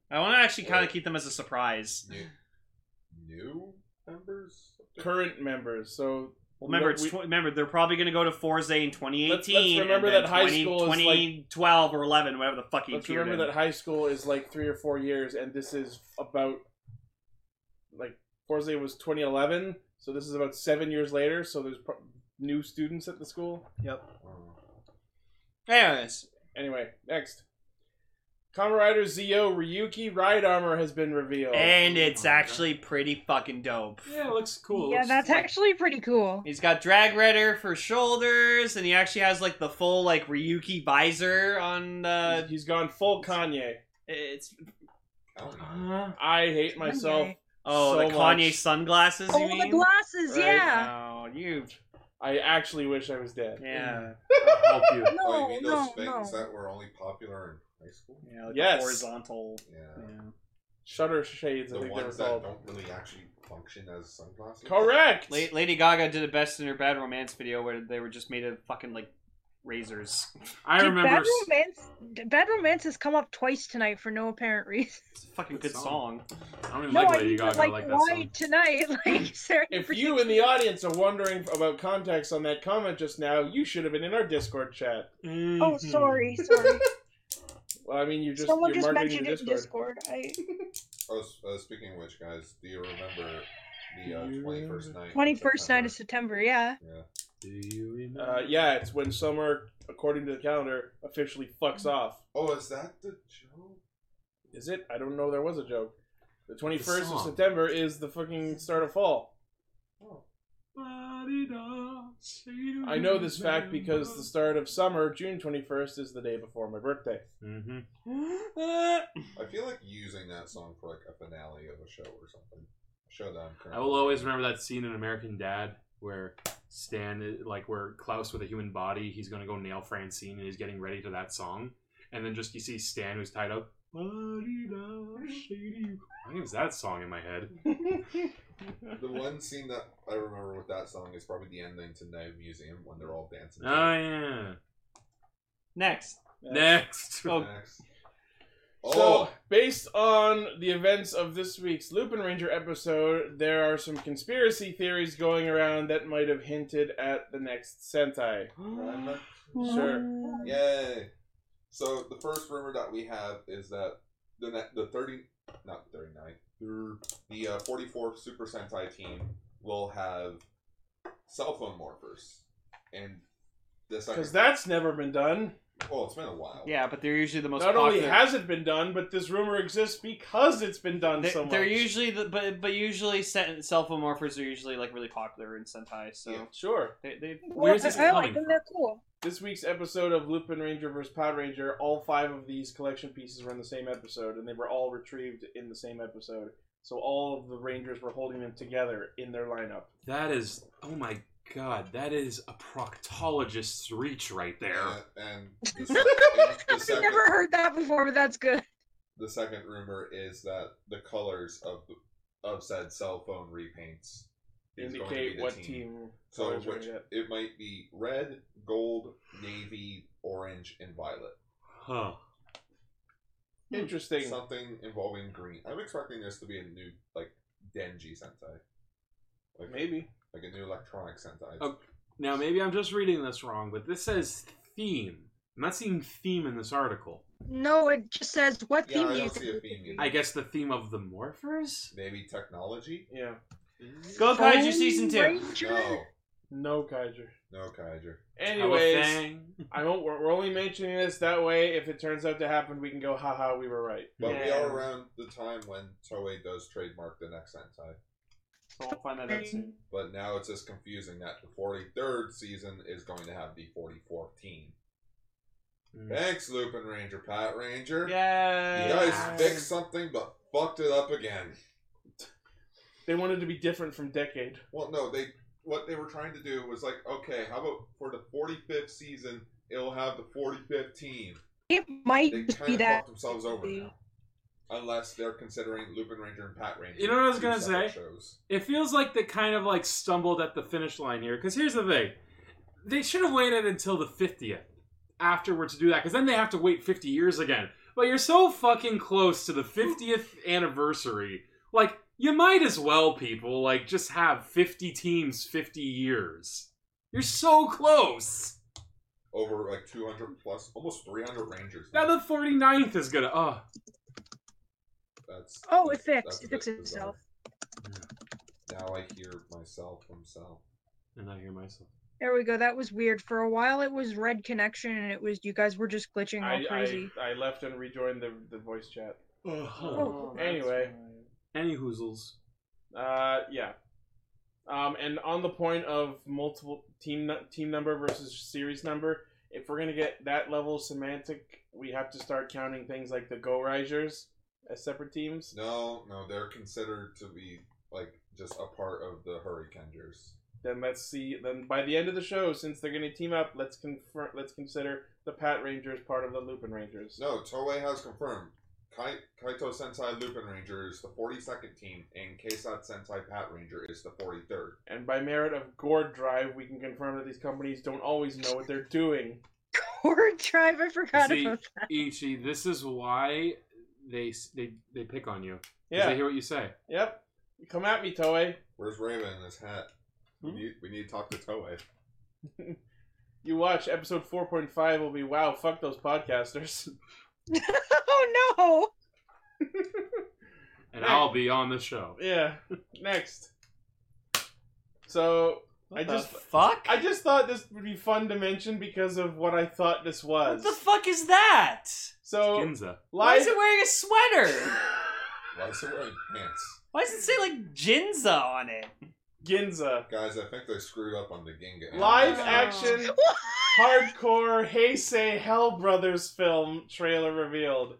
[SPEAKER 3] I want to actually kind of keep them as a surprise.
[SPEAKER 6] New, new members.
[SPEAKER 2] Current members. So
[SPEAKER 3] Well, remember, it's
[SPEAKER 2] We-
[SPEAKER 3] tw- remember they're probably going to go to Forza in 2018.
[SPEAKER 2] Let's- let's remember
[SPEAKER 3] and then
[SPEAKER 2] that high
[SPEAKER 3] 20
[SPEAKER 2] school is like-
[SPEAKER 3] 2012 or 11, whatever the fuck he
[SPEAKER 2] Let's
[SPEAKER 3] appeared
[SPEAKER 2] remember
[SPEAKER 3] in.
[SPEAKER 2] that high school is like three or four years, and this is about like Forza was 2011, so this is about seven years later. So there's pro- new students at the school.
[SPEAKER 6] Oh.
[SPEAKER 3] Anyways,
[SPEAKER 2] Anyway, next, Kamen Rider Zio Ryuki Ride Armor has been revealed.
[SPEAKER 3] and it's
[SPEAKER 4] Oh my God.
[SPEAKER 3] actually pretty fucking dope.
[SPEAKER 4] Yeah, it looks cool. It
[SPEAKER 5] Yeah,
[SPEAKER 4] looks
[SPEAKER 5] that's
[SPEAKER 4] [laughs] like-
[SPEAKER 5] actually pretty cool.
[SPEAKER 3] He's got drag redder for shoulders, and he actually has like the full like Ryuki visor on.
[SPEAKER 2] He's-
[SPEAKER 3] Uh,
[SPEAKER 2] he's gone full Kanye.
[SPEAKER 3] it's
[SPEAKER 4] [laughs]
[SPEAKER 6] Oh,
[SPEAKER 4] Uh,
[SPEAKER 2] I hate myself.
[SPEAKER 5] Okay.
[SPEAKER 3] oh
[SPEAKER 2] So
[SPEAKER 3] the Kanye
[SPEAKER 2] much.
[SPEAKER 3] sunglasses. you
[SPEAKER 5] Oh, the
[SPEAKER 3] mean?
[SPEAKER 5] glasses,
[SPEAKER 2] Right.
[SPEAKER 5] yeah.
[SPEAKER 3] Oh, you.
[SPEAKER 2] I actually wish I was dead.
[SPEAKER 3] Yeah.
[SPEAKER 4] I'll help you.
[SPEAKER 5] No,
[SPEAKER 6] oh, you mean
[SPEAKER 5] no,
[SPEAKER 6] those things
[SPEAKER 5] no.
[SPEAKER 6] that were only popular in high school?
[SPEAKER 3] Yeah, like
[SPEAKER 2] Yes.
[SPEAKER 3] horizontal.
[SPEAKER 6] Yeah.
[SPEAKER 3] Yeah.
[SPEAKER 2] Shutter shades. I
[SPEAKER 6] The
[SPEAKER 2] think they were
[SPEAKER 6] ones that
[SPEAKER 2] called.
[SPEAKER 6] don't really actually function as sunglasses.
[SPEAKER 2] Correct.
[SPEAKER 3] La- Lady Gaga did a best in her bad romance video where they were just made of fucking like razors.
[SPEAKER 4] I
[SPEAKER 5] Dude,
[SPEAKER 4] remember.
[SPEAKER 5] Bad Romance. Bad Romance has come up twice tonight for no apparent reason.
[SPEAKER 3] It's a fucking good
[SPEAKER 4] Good song.
[SPEAKER 3] song.
[SPEAKER 4] I don't even
[SPEAKER 5] no,
[SPEAKER 4] like
[SPEAKER 5] I
[SPEAKER 4] Lady
[SPEAKER 5] mean,
[SPEAKER 4] Gaga. I
[SPEAKER 5] like,
[SPEAKER 4] like that
[SPEAKER 5] why
[SPEAKER 4] song.
[SPEAKER 5] tonight? [laughs] Like, Sarah,
[SPEAKER 2] If you in the audience are wondering about context on that comment just now, you should have been in our Discord chat.
[SPEAKER 5] Oh, sorry, sorry.
[SPEAKER 2] Well, I mean, you just
[SPEAKER 5] Someone
[SPEAKER 2] you're
[SPEAKER 5] just
[SPEAKER 2] marketing
[SPEAKER 5] mentioned
[SPEAKER 2] your
[SPEAKER 5] it in
[SPEAKER 2] Discord.
[SPEAKER 5] Discord. I
[SPEAKER 6] Oh, s- uh, speaking of which, guys, do you remember the uh,
[SPEAKER 2] You
[SPEAKER 6] twenty first [laughs] night? of
[SPEAKER 5] twenty first night of
[SPEAKER 6] September?
[SPEAKER 5] September. Yeah.
[SPEAKER 6] Yeah.
[SPEAKER 4] Do you remember?
[SPEAKER 2] Uh, yeah, it's when summer, according to the calendar, officially fucks
[SPEAKER 5] Mm.
[SPEAKER 2] off.
[SPEAKER 6] Oh, is that the joke?
[SPEAKER 2] Is it? I don't know. There was a joke. The twenty first of
[SPEAKER 4] song.
[SPEAKER 2] September is the fucking start of fall.
[SPEAKER 6] Oh.
[SPEAKER 2] I know this fact because the start of summer, June twenty first, is the day before my birthday.
[SPEAKER 4] Mhm.
[SPEAKER 6] I feel like using that song for like a finale of a show or something. A show that I'm
[SPEAKER 4] I
[SPEAKER 6] currently.
[SPEAKER 4] will always remember that scene in American Dad where Stan, is- like where Klaus with a human body, he's gonna go nail Francine and he's getting ready to that song, and then just you see Stan who's tied up. I think it's that song in
[SPEAKER 2] [laughs]
[SPEAKER 4] my head.
[SPEAKER 6] The one scene that I remember with that song is probably the ending to Night Museum when they're all dancing.
[SPEAKER 4] Oh yeah.
[SPEAKER 3] [laughs] Next.
[SPEAKER 4] Next.
[SPEAKER 3] Oh.
[SPEAKER 6] Next.
[SPEAKER 2] So,
[SPEAKER 6] Oh,
[SPEAKER 2] based on the events of this week's Lupin Ranger episode, there are some conspiracy theories going around that might have hinted at the next Sentai.
[SPEAKER 6] remember?
[SPEAKER 2] Sure.
[SPEAKER 5] Mm.
[SPEAKER 6] Yay! So the first rumor that we have is that the ne- the thirty not thirty nine the uh, forty four Super Sentai team will have cell phone morphers, and the second
[SPEAKER 2] Because that's never been done.
[SPEAKER 6] well, it's been a while.
[SPEAKER 3] Yeah, but they're usually the most
[SPEAKER 2] Not only
[SPEAKER 3] popular.
[SPEAKER 2] has it been done, but this rumor exists because it's been done
[SPEAKER 3] they,
[SPEAKER 2] so much.
[SPEAKER 3] they're usually the but but usually se- self-amorphers are usually like really popular in Sentai, so
[SPEAKER 6] Yeah.
[SPEAKER 2] Sure.
[SPEAKER 3] they, they
[SPEAKER 5] Well,
[SPEAKER 4] is this
[SPEAKER 5] I, I
[SPEAKER 4] coming
[SPEAKER 5] like them.
[SPEAKER 4] from?
[SPEAKER 5] They're cool. [laughs]
[SPEAKER 2] This week's episode of Lupin Ranger vs. Pod Ranger, all five of these collection pieces were in the same episode, and they were all retrieved in the same episode. So all of the Rangers were holding them together in their lineup.
[SPEAKER 4] That is, oh my god, that is a proctologist's reach right there.
[SPEAKER 5] [laughs]
[SPEAKER 6] And, and the,
[SPEAKER 5] I've
[SPEAKER 6] se- the second,
[SPEAKER 5] never heard that before, but that's good.
[SPEAKER 6] the second rumor is that the colors of of said cell phone repaints is going to be
[SPEAKER 2] Indicate
[SPEAKER 6] the
[SPEAKER 2] what team,
[SPEAKER 6] team.
[SPEAKER 2] so
[SPEAKER 6] So which it might be red, gold, navy, orange, and violet.
[SPEAKER 4] Huh.
[SPEAKER 2] Interesting.
[SPEAKER 6] Something involving green. I'm expecting this to be a new like Denji Sentai, like
[SPEAKER 2] Maybe.
[SPEAKER 6] like a new electronic Sentai.
[SPEAKER 4] Oh. Now, maybe I'm just reading this wrong, but this says theme. I'm not seeing theme in this article.
[SPEAKER 5] No, it just says what
[SPEAKER 6] Yeah,
[SPEAKER 5] theme
[SPEAKER 6] I don't
[SPEAKER 5] music.
[SPEAKER 6] see a
[SPEAKER 5] would
[SPEAKER 6] theme
[SPEAKER 5] it be?
[SPEAKER 4] I guess the theme of the Morphers?
[SPEAKER 6] Maybe technology.
[SPEAKER 2] Yeah.
[SPEAKER 6] Mm-hmm.
[SPEAKER 3] Go Kaiju
[SPEAKER 5] Phone
[SPEAKER 3] season two.
[SPEAKER 5] Ranger?
[SPEAKER 6] No,
[SPEAKER 2] No Kaiser.
[SPEAKER 6] no, Kaiser.
[SPEAKER 2] Anyways, [laughs]
[SPEAKER 4] How
[SPEAKER 2] I won't. We're, we're only mentioning this that way. If it turns out to happen, we can go, haha, we were right.
[SPEAKER 6] But we
[SPEAKER 3] Yeah.
[SPEAKER 6] are around the time when Toei does trademark the next Sentai.
[SPEAKER 3] So we'll find that out soon.
[SPEAKER 6] But now it's just confusing that the 43rd season is going to have the 44th team.
[SPEAKER 4] Mm.
[SPEAKER 6] Thanks, Lupin Ranger, Pat Ranger. You
[SPEAKER 3] Yeah.
[SPEAKER 6] guys fixed something but fucked it up again.
[SPEAKER 2] They wanted to be different from Decade.
[SPEAKER 6] Well, no, they what they were trying to do was like, okay, how about for the 45th season, it'll have the 45th team.
[SPEAKER 5] It
[SPEAKER 6] They
[SPEAKER 5] might
[SPEAKER 6] kind
[SPEAKER 5] just be
[SPEAKER 6] of
[SPEAKER 5] that.
[SPEAKER 6] fucked themselves over now. Unless they're considering Lupin Ranger and Pat Ranger.
[SPEAKER 4] You know what I was
[SPEAKER 6] two
[SPEAKER 4] gonna
[SPEAKER 6] separate
[SPEAKER 4] say?
[SPEAKER 6] Shows.
[SPEAKER 4] It feels like they kind of like stumbled at the finish line here. Because here's the thing they should have waited until the 50th afterwards to do that. Because then they have to wait 50 years again. But you're so fucking close to the 50th anniversary. Like, you might as well, people, like, just have 50 teams, 50 years. You're so close.
[SPEAKER 6] Over like 200 plus, almost 300 Rangers.
[SPEAKER 4] Now the 49th is gonna. Oh,
[SPEAKER 6] That's
[SPEAKER 5] Oh, it
[SPEAKER 6] that's-
[SPEAKER 5] fixed.
[SPEAKER 6] that's
[SPEAKER 5] It
[SPEAKER 6] a bit
[SPEAKER 5] fixed
[SPEAKER 6] bizarre.
[SPEAKER 5] itself.
[SPEAKER 6] Now I hear myself himself.
[SPEAKER 4] and I hear myself.
[SPEAKER 5] There we go. That was weird. For a while, it was red connection, and it was you guys were just glitching all
[SPEAKER 2] I,
[SPEAKER 5] crazy. [laughs]
[SPEAKER 2] I, I left and rejoined the, the voice chat.
[SPEAKER 5] Oh,
[SPEAKER 2] that's Anyway.
[SPEAKER 4] Any hoozles.
[SPEAKER 2] Uh, yeah. Um, and on the point of multiple team nu- team number versus series number, if we're gonna get that level of semantic, we have to start counting things like the Go Risers as separate teams.
[SPEAKER 6] No, no, they're considered to be like just a part of the Hurricaners.
[SPEAKER 2] Then let's see. Then by the end of the show, since they're gonna team up, let's confer- Let's consider the Pat Rangers part of the Lupin Rangers.
[SPEAKER 6] No, Toei has confirmed. Kai- Kaito Sentai Lupin Ranger is the 42nd team, and Keisat Sentai Pat Ranger is the 43rd.
[SPEAKER 2] And by merit of Gord Drive, we can confirm that these companies don't always know what they're doing.
[SPEAKER 5] Core drive. I forgot
[SPEAKER 4] See,
[SPEAKER 5] about that.
[SPEAKER 4] Ichi, E this is why they they they pick on you. 'Cause They
[SPEAKER 2] Yeah.
[SPEAKER 4] hear what you say.
[SPEAKER 2] Yep. Come at me, Toei.
[SPEAKER 6] Where's Raven in his hat? We,
[SPEAKER 2] Hmm?
[SPEAKER 6] need, we need to talk to Toei.
[SPEAKER 2] You watch episode four point five will be wow. Fuck those podcasters. [laughs]
[SPEAKER 5] [laughs] oh no!
[SPEAKER 4] And
[SPEAKER 2] Right.
[SPEAKER 4] I'll be on the show.
[SPEAKER 2] Yeah. Next. So
[SPEAKER 3] What
[SPEAKER 2] I
[SPEAKER 3] the
[SPEAKER 2] just-
[SPEAKER 3] fuck.
[SPEAKER 2] I just thought this would be fun to mention because of what I thought this
[SPEAKER 3] What
[SPEAKER 2] was.
[SPEAKER 3] the fuck is that?
[SPEAKER 2] so
[SPEAKER 4] Ginza.
[SPEAKER 3] Why
[SPEAKER 2] live
[SPEAKER 3] is it wearing a sweater?
[SPEAKER 6] Why is he wearing pants?
[SPEAKER 3] Why does it say like Ginza on it?
[SPEAKER 2] Ginza.
[SPEAKER 6] Guys, I think they screwed up on the Ginga.
[SPEAKER 2] Live
[SPEAKER 3] Oh.
[SPEAKER 5] [laughs]
[SPEAKER 2] action
[SPEAKER 5] What?
[SPEAKER 2] hardcore Heisei Hell Brothers film trailer revealed.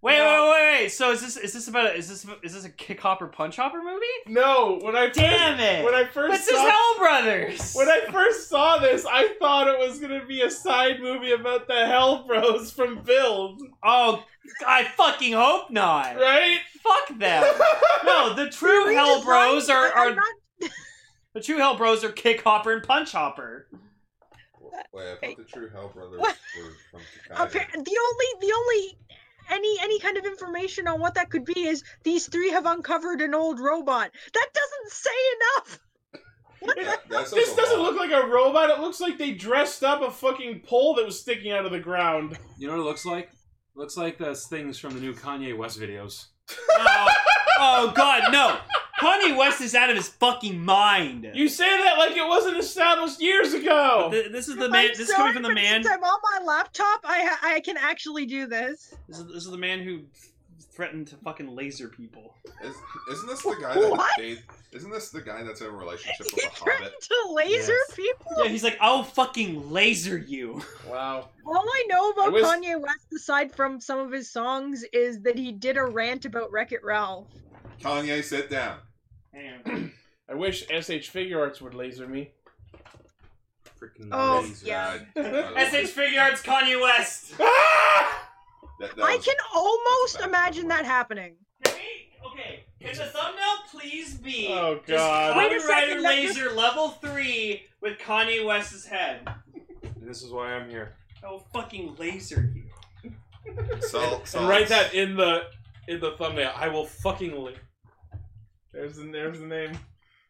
[SPEAKER 3] Wait,
[SPEAKER 2] No.
[SPEAKER 3] wait, wait, wait. So is this is this about a, is this is this a kick hopper punch hopper movie?
[SPEAKER 2] No, when I
[SPEAKER 3] Damn
[SPEAKER 2] first,
[SPEAKER 3] it!
[SPEAKER 2] when I first
[SPEAKER 3] What's this
[SPEAKER 2] saw
[SPEAKER 3] Hell Brothers?
[SPEAKER 2] when I first saw this, I thought it was gonna be a side movie about the Hell Bros from Build,
[SPEAKER 3] oh, I fucking hope not.
[SPEAKER 2] right?
[SPEAKER 3] Fuck them. no, the true
[SPEAKER 5] We
[SPEAKER 3] Hell
[SPEAKER 5] redesigned-
[SPEAKER 3] Bros are,
[SPEAKER 5] I'm
[SPEAKER 3] are
[SPEAKER 5] not-
[SPEAKER 3] the true Hell Bros are kick hopper and punch hopper.
[SPEAKER 6] Wait, I thought the True Hell Brothers
[SPEAKER 5] What?
[SPEAKER 6] were from Kikaido.
[SPEAKER 5] appa- the only the only any any kind of information on what that could be is these three have uncovered an old robot. That doesn't say enough.
[SPEAKER 6] That- that says
[SPEAKER 2] This
[SPEAKER 6] a
[SPEAKER 2] doesn't
[SPEAKER 6] lot.
[SPEAKER 2] look like a robot. It looks like they dressed up a fucking pole that was sticking out of the ground.
[SPEAKER 4] You know what it looks like? Looks like those things from the new Kanye West videos.
[SPEAKER 3] Oh, oh god, no. Kanye West is out of his fucking mind.
[SPEAKER 2] You say that like it wasn't established years ago.
[SPEAKER 3] Th- this is the man.
[SPEAKER 5] I'm
[SPEAKER 3] This is coming from the
[SPEAKER 5] sorry, but
[SPEAKER 3] man.
[SPEAKER 5] Since I'm on my laptop, I ha- I can actually do this.
[SPEAKER 3] This is, this is the man who threatened to fucking laser people.
[SPEAKER 6] Is, isn't this the guy that
[SPEAKER 5] What?
[SPEAKER 6] they- isn't this the guy that's in a relationship
[SPEAKER 5] You
[SPEAKER 6] with a
[SPEAKER 5] threatened
[SPEAKER 6] hobbit?
[SPEAKER 5] to laser
[SPEAKER 4] Yes.
[SPEAKER 5] people.
[SPEAKER 3] Yeah, he's like, I'll fucking laser you.
[SPEAKER 2] Wow.
[SPEAKER 5] All I know
[SPEAKER 2] I
[SPEAKER 5] about
[SPEAKER 2] was-
[SPEAKER 5] Kanye West, aside from some of his songs, is that he did a rant about Wreck It Ralph.
[SPEAKER 6] Kanye, sit down.
[SPEAKER 2] I wish SH Figure Arts would laser me.
[SPEAKER 4] Freaking
[SPEAKER 5] Oh,
[SPEAKER 4] laser.
[SPEAKER 5] yeah.
[SPEAKER 2] [laughs]
[SPEAKER 6] that,
[SPEAKER 1] SH Figure Arts Kanye West.
[SPEAKER 2] Ah!
[SPEAKER 6] that
[SPEAKER 5] I
[SPEAKER 6] was-
[SPEAKER 5] can almost
[SPEAKER 6] Back.
[SPEAKER 5] imagine that happening.
[SPEAKER 1] Can we, okay, can the thumbnail please be
[SPEAKER 2] Oh,
[SPEAKER 1] just
[SPEAKER 2] God.
[SPEAKER 1] Kamen
[SPEAKER 5] Wait a second,
[SPEAKER 1] Rider
[SPEAKER 5] let me-
[SPEAKER 1] Laser level three with Kanye West's head?
[SPEAKER 4] And this is why I'm here.
[SPEAKER 1] I will fucking laser you.
[SPEAKER 6] Sol- Sol-
[SPEAKER 4] And write that in the in the thumbnail. I will fucking li-
[SPEAKER 2] There's the, there's the name.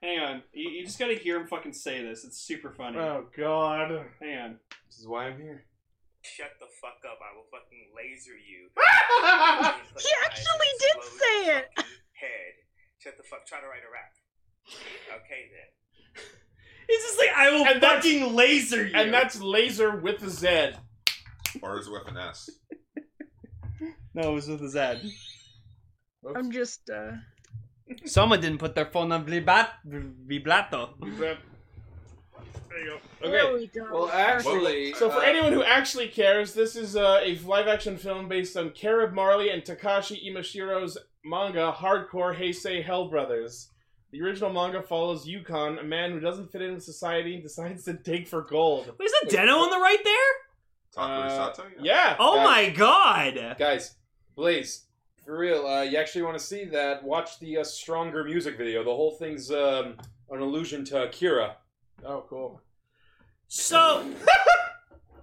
[SPEAKER 1] Hang on, you, you just gotta hear him fucking say this. It's super funny.
[SPEAKER 2] Oh, God.
[SPEAKER 1] Hang on.
[SPEAKER 4] This is why I'm here.
[SPEAKER 1] Shut the fuck up! I will fucking laser you.
[SPEAKER 5] [laughs] He actually did say it.
[SPEAKER 1] Head. Shut the fuck. Try to write a rap. Okay then.
[SPEAKER 3] [laughs]
[SPEAKER 1] He's just like I will
[SPEAKER 2] And that's-
[SPEAKER 1] fucking laser you.
[SPEAKER 2] [laughs] And that's laser with a Z.
[SPEAKER 6] Or is it with an S?
[SPEAKER 3] No, it was with a Z.
[SPEAKER 5] I'm just, uh,
[SPEAKER 3] Someone didn't put their phone on vibrat- vibrato.
[SPEAKER 2] There you go.
[SPEAKER 5] there
[SPEAKER 2] Okay.
[SPEAKER 5] we go.
[SPEAKER 4] Well, actually,
[SPEAKER 2] So for
[SPEAKER 4] uh,
[SPEAKER 2] anyone who actually cares, this is uh, a live-action film based on Carib Marley and Takashi Imashiro's manga Hardcore Heisei Hell Brothers. The original manga follows Yukon, a man who doesn't fit in with society and decides to dig for gold.
[SPEAKER 3] Wait, is that Deno on the right there?
[SPEAKER 6] Taku
[SPEAKER 2] Uh,
[SPEAKER 6] Sato?
[SPEAKER 2] Yeah.
[SPEAKER 3] Oh
[SPEAKER 7] Guys.
[SPEAKER 3] my god!
[SPEAKER 7] Guys, please, for real, uh, you actually want to see that? Watch the uh, stronger music video. The whole thing's um, an allusion to Akira.
[SPEAKER 2] Oh, cool. [laughs]
[SPEAKER 3] So.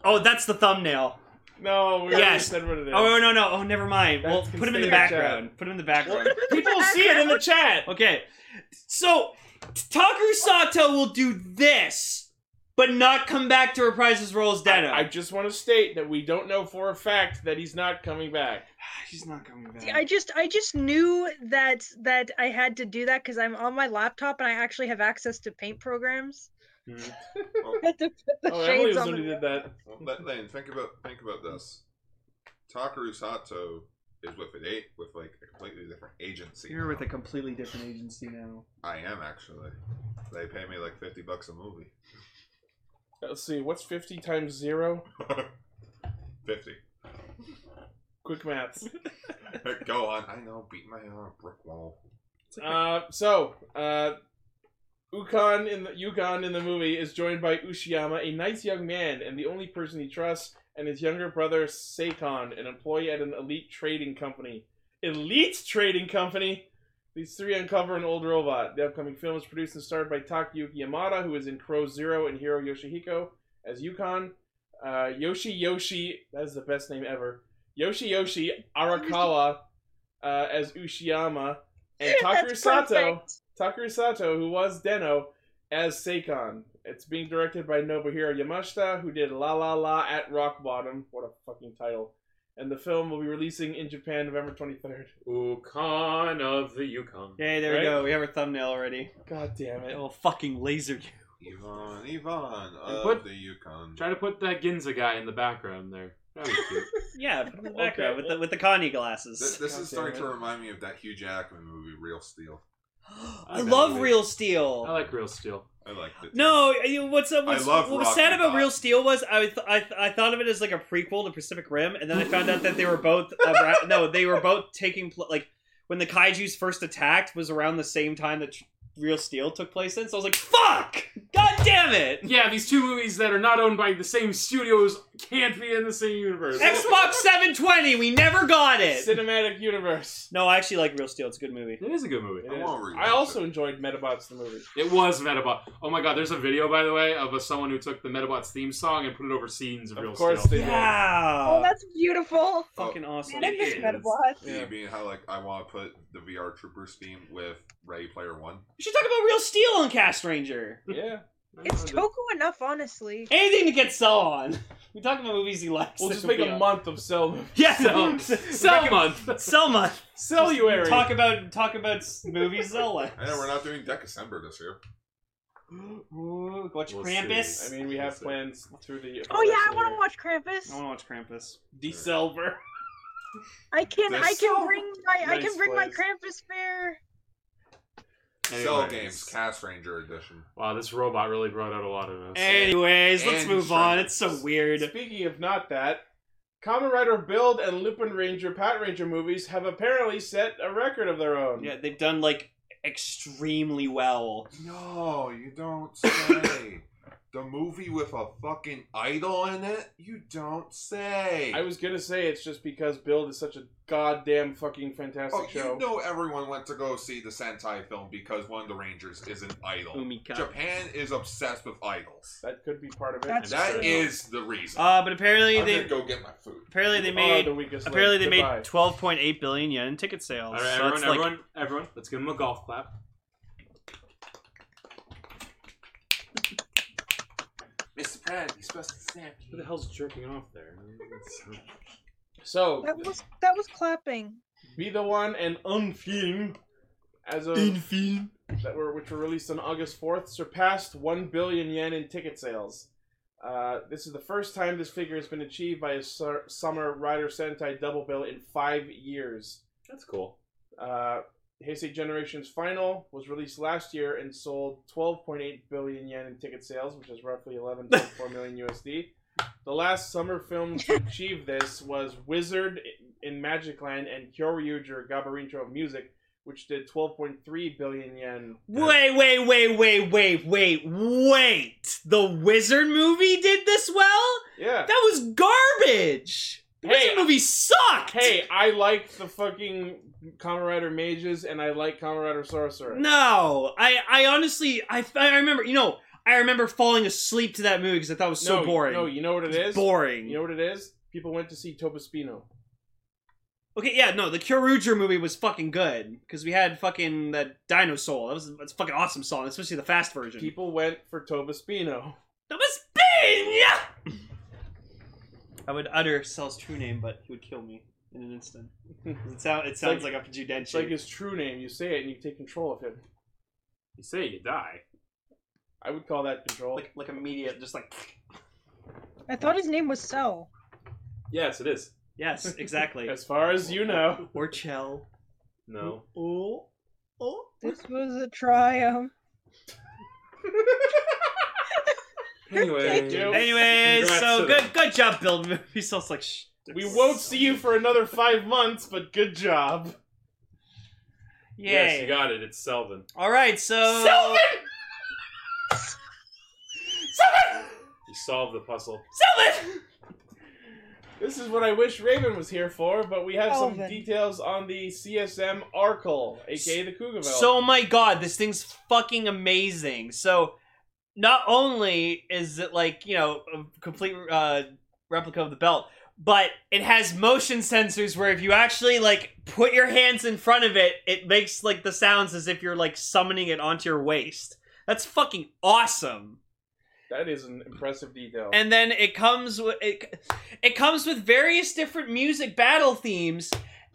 [SPEAKER 3] Oh, that's the thumbnail.
[SPEAKER 2] No, we
[SPEAKER 3] Yes.
[SPEAKER 2] yes. said what it is.
[SPEAKER 3] Oh no no! Oh never mind. Well,
[SPEAKER 2] That's
[SPEAKER 3] put him in the
[SPEAKER 2] considered
[SPEAKER 3] background. Put him in the background. [laughs]
[SPEAKER 2] People see it in the chat.
[SPEAKER 3] Okay, so Tucker Sato will do this, but not come back to reprise his role as Deno.
[SPEAKER 2] I just want to state that we don't know for a fact that he's not coming back.
[SPEAKER 3] [sighs] He's not coming back.
[SPEAKER 5] See, I just I just knew that that I had to do that because I'm on my laptop and I actually have access to paint programs. [laughs]
[SPEAKER 4] Mhm.
[SPEAKER 5] I had to put the
[SPEAKER 2] Mm. Oh, Emily
[SPEAKER 5] shades
[SPEAKER 2] was
[SPEAKER 5] on
[SPEAKER 2] the one who
[SPEAKER 5] the-
[SPEAKER 2] did that.
[SPEAKER 6] Well, but then think about think about this. Takaru Sato is with an eight with like a completely different agency.
[SPEAKER 3] You're with a completely different agency now.
[SPEAKER 6] I am actually. They pay me like fifty bucks a movie. [laughs]
[SPEAKER 2] Let's see, what's 50 times 0?
[SPEAKER 6] fifty. [laughs]
[SPEAKER 2] Quick maths.
[SPEAKER 6] Go on. I know. Beat my head on a brick wall.
[SPEAKER 2] Uh, so, uh, Ukon in the Yukon in the movie is joined by Ushiyama, a nice young man and the only person he trusts, and his younger brother Seikon, an employee at an elite trading company. Elite trading company. These three uncover an old robot. The upcoming film is produced and starred by Takayuki Yamada, who is in Crow Zero and Hero Yoshihiko as Yukon. Uh, Yoshi Yoshi, that is the best name ever. Yoshi Yoshi Arakawa uh, as Ushiyama, and
[SPEAKER 5] [laughs]
[SPEAKER 2] Takaru
[SPEAKER 5] That's
[SPEAKER 2] Sato.
[SPEAKER 5] perfect.
[SPEAKER 2] Takaru Sato, who was Deno, as Seikon. It's being directed by Nobuhiro Yamashita, who did La La La at Rock Bottom. What a fucking title. And the film will be releasing in Japan November 23rd.
[SPEAKER 4] Ukon of the Yukon.
[SPEAKER 3] Okay, there
[SPEAKER 2] Right?
[SPEAKER 3] we go. We have our thumbnail already.
[SPEAKER 2] God damn
[SPEAKER 3] It
[SPEAKER 2] it.
[SPEAKER 3] will fucking laser [laughs] you.
[SPEAKER 6] Yvonne, Yvonne of
[SPEAKER 4] put-
[SPEAKER 6] the Yukon.
[SPEAKER 4] Try to put that Ginza guy in the background there. That'd be cute.
[SPEAKER 3] Yeah, put him in the
[SPEAKER 2] Okay.
[SPEAKER 3] background with the with the Connie
[SPEAKER 6] Th-
[SPEAKER 3] glasses.
[SPEAKER 6] this
[SPEAKER 2] God
[SPEAKER 6] is starting
[SPEAKER 2] damn
[SPEAKER 6] to
[SPEAKER 2] it.
[SPEAKER 6] remind me of that Hugh Jackman movie, Real Steel.
[SPEAKER 3] [gasps] I love Real Steel.
[SPEAKER 4] I like Real Steel.
[SPEAKER 6] I liked it.
[SPEAKER 3] No, you- what's up? What's,
[SPEAKER 6] I love
[SPEAKER 3] what was
[SPEAKER 6] Rocky
[SPEAKER 3] sad about
[SPEAKER 6] Top.
[SPEAKER 3] Real Steel was I, th- I th- I thought of it as like a prequel to Pacific Rim, and then I found out that they were both [laughs] around, no, they were both taking pl- like when the kaiju's first attacked was around the same time that tr- Real Steel took place in. So I was like, fuck, god damn
[SPEAKER 6] [laughs]
[SPEAKER 3] it,
[SPEAKER 4] Yeah, these two movies that are not owned by the same studios can't be in the same universe.
[SPEAKER 3] Xbox 720, we never got it.
[SPEAKER 2] Cinematic Universe.
[SPEAKER 3] No, I actually like Real Steel. It's a good movie.
[SPEAKER 4] It is a good movie.
[SPEAKER 2] It
[SPEAKER 6] I
[SPEAKER 2] is.
[SPEAKER 6] won't
[SPEAKER 2] I
[SPEAKER 6] rewatch
[SPEAKER 2] also enjoyed Metabots, the movie.
[SPEAKER 4] It was Metabot. Oh my god, there's a video, by the way, of a, someone who took the Metabots theme song and put it over scenes of,
[SPEAKER 2] Of
[SPEAKER 4] Real
[SPEAKER 2] course
[SPEAKER 4] Steel.
[SPEAKER 2] they-
[SPEAKER 5] Oh,
[SPEAKER 3] Yeah, Oh.
[SPEAKER 5] that's beautiful.
[SPEAKER 3] fucking awesome.
[SPEAKER 5] Man, I miss
[SPEAKER 4] is.
[SPEAKER 5] Metabot.
[SPEAKER 6] Do
[SPEAKER 2] Uh, Yeah.
[SPEAKER 6] you mean how like I want to put the VR Troopers theme with Ready Player One?
[SPEAKER 3] We should talk about Real Steel on Cast Ranger.
[SPEAKER 2] [laughs] Yeah.
[SPEAKER 5] It's Toku enough, honestly.
[SPEAKER 3] Anything to get Sel on. [laughs] We talk about movies he likes.
[SPEAKER 2] We'll just make a month of uh, [laughs] Cell movies.
[SPEAKER 3] Yeah, [laughs]
[SPEAKER 4] Sel- Sell month.
[SPEAKER 3] Sell month.
[SPEAKER 2] Celluary.
[SPEAKER 3] Talk about talk about s- movies Sel likes.
[SPEAKER 6] [laughs] I know we're not doing December this year.
[SPEAKER 3] Ooh, watch
[SPEAKER 4] We'll
[SPEAKER 3] Krampus.
[SPEAKER 2] I mean, we have plans through the.
[SPEAKER 5] Oh yeah, I want to watch Krampus.
[SPEAKER 3] I want to watch Krampus.
[SPEAKER 2] Decelver.
[SPEAKER 5] I can I
[SPEAKER 6] That's
[SPEAKER 5] can bring my I
[SPEAKER 2] nice
[SPEAKER 5] can bring my
[SPEAKER 2] place.
[SPEAKER 5] Krampus fair.
[SPEAKER 4] [laughs]
[SPEAKER 6] Cell
[SPEAKER 4] Anyways.
[SPEAKER 6] Games Cast Ranger Edition.
[SPEAKER 4] Wow, this robot really brought out a lot of us.
[SPEAKER 3] Anyways, let's
[SPEAKER 6] And
[SPEAKER 3] move on. It's so
[SPEAKER 6] Krampus.
[SPEAKER 3] weird.
[SPEAKER 2] Speaking of not that, Kamen Rider Build and Lupin Ranger Pat Ranger movies have apparently set a record of their own.
[SPEAKER 3] Yeah, they've done like extremely well.
[SPEAKER 6] No, you don't say. the movie with a fucking idol in it? You don't say.
[SPEAKER 2] I was gonna say it's just because Build is such a goddamn fucking fantastic
[SPEAKER 6] Oh,
[SPEAKER 2] show.
[SPEAKER 6] you know everyone went to go see the Sentai film because one of the Rangers is an idol.
[SPEAKER 3] Umika.
[SPEAKER 6] Japan is obsessed with idols.
[SPEAKER 2] that could be part of it.
[SPEAKER 5] That's
[SPEAKER 6] That
[SPEAKER 5] true.
[SPEAKER 6] is the reason.
[SPEAKER 3] Uh, but apparently
[SPEAKER 6] I'm
[SPEAKER 3] they
[SPEAKER 6] gonna go get my food.
[SPEAKER 3] apparently they
[SPEAKER 2] You
[SPEAKER 3] made
[SPEAKER 2] are the weakest link.
[SPEAKER 3] apparently they
[SPEAKER 2] Goodbye.
[SPEAKER 3] made twelve point eight billion yen in ticket sales.
[SPEAKER 4] All right,
[SPEAKER 3] so
[SPEAKER 4] everyone,
[SPEAKER 3] it's like-
[SPEAKER 4] everyone, everyone, let's give him a golf clap.
[SPEAKER 6] Mr. Pratt, you're supposed to snap.
[SPEAKER 4] Who the hell's jerking off [laughs] there?
[SPEAKER 2] So Oh,
[SPEAKER 5] That was that was clapping.
[SPEAKER 2] be the one and Unfilm as of
[SPEAKER 3] film.
[SPEAKER 2] that were which were released on August 4th surpassed 1 billion yen in ticket sales. Uh, this is the first time this figure has been achieved by a sur- summer Rider Sentai double bill in five years.
[SPEAKER 4] That's cool.
[SPEAKER 2] Uh, Heisei Generation's final was released last year and sold 12.8 billion yen in ticket sales, which is roughly 11.4 million USD. The last summer film to achieve this was Wizard in Magicland and Kyoryuger Gabarincho of Music, which did 12.3 billion yen.
[SPEAKER 3] Wait, wait, wait, wait, wait, wait, wait! The Wizard movie did this well?
[SPEAKER 2] Yeah.
[SPEAKER 3] That was garbage! The
[SPEAKER 2] Hey,
[SPEAKER 3] Wizard movie sucked!
[SPEAKER 2] Hey, I like the fucking Kamen Rider Mages and I like Kamen Rider Sorcerer.
[SPEAKER 3] No, I, I honestly, I, I remember, you know, I remember falling asleep to that movie because I thought it was so
[SPEAKER 2] No,
[SPEAKER 3] boring.
[SPEAKER 2] No, you know what it
[SPEAKER 3] It's
[SPEAKER 2] is?
[SPEAKER 3] boring.
[SPEAKER 2] You know what it is? People went to see Topaspino.
[SPEAKER 3] okay, yeah, no, the Kyoruger movie was fucking good because we had fucking that Dino Soul. That was that's a fucking awesome song, especially the fast version.
[SPEAKER 2] People went for Topaspino.
[SPEAKER 3] That was Pina! I would utter Cell's true name, but he would kill me in an instant. It, sound, it sounds like,
[SPEAKER 2] like-
[SPEAKER 3] a Judenchi.
[SPEAKER 2] It's like his true name. You say it and you take control of him.
[SPEAKER 4] You say you die.
[SPEAKER 2] I would call that control.
[SPEAKER 3] like like immediate, just like
[SPEAKER 5] I thought his name was Cell.
[SPEAKER 4] Yes, it is.
[SPEAKER 3] yes, exactly.
[SPEAKER 2] as far as you know.
[SPEAKER 3] Or Chell.
[SPEAKER 4] No.
[SPEAKER 3] Oh, oh.
[SPEAKER 5] This was a triumph.
[SPEAKER 3] [laughs]
[SPEAKER 4] Anyway,
[SPEAKER 2] you.
[SPEAKER 3] Anyways,
[SPEAKER 4] Congrats
[SPEAKER 3] so
[SPEAKER 4] to
[SPEAKER 3] good,
[SPEAKER 4] them.
[SPEAKER 3] good job, Bill. He sounds like Shh.
[SPEAKER 2] We won't see you for another five months, but good job.
[SPEAKER 3] Yay!
[SPEAKER 4] Yes, you got it. It's Selvin.
[SPEAKER 3] All right, so
[SPEAKER 2] Sylvan!
[SPEAKER 4] You solved the puzzle.
[SPEAKER 3] Sylvan!
[SPEAKER 2] This is what I wish Raven was here for, but we have some
[SPEAKER 5] Elvin.
[SPEAKER 2] details on the CSM Arkle, aka the Kugavell.
[SPEAKER 3] So my god, this thing's fucking amazing. So not only is it like, you know, a complete uh, replica of the belt, but it has motion sensors where if you actually like put your hands in front of it, it makes like the sounds as if you're like summoning it onto your waist. That's fucking awesome.
[SPEAKER 2] that is an impressive detail.
[SPEAKER 3] And then it comes with it, it comes with various different music battle themes.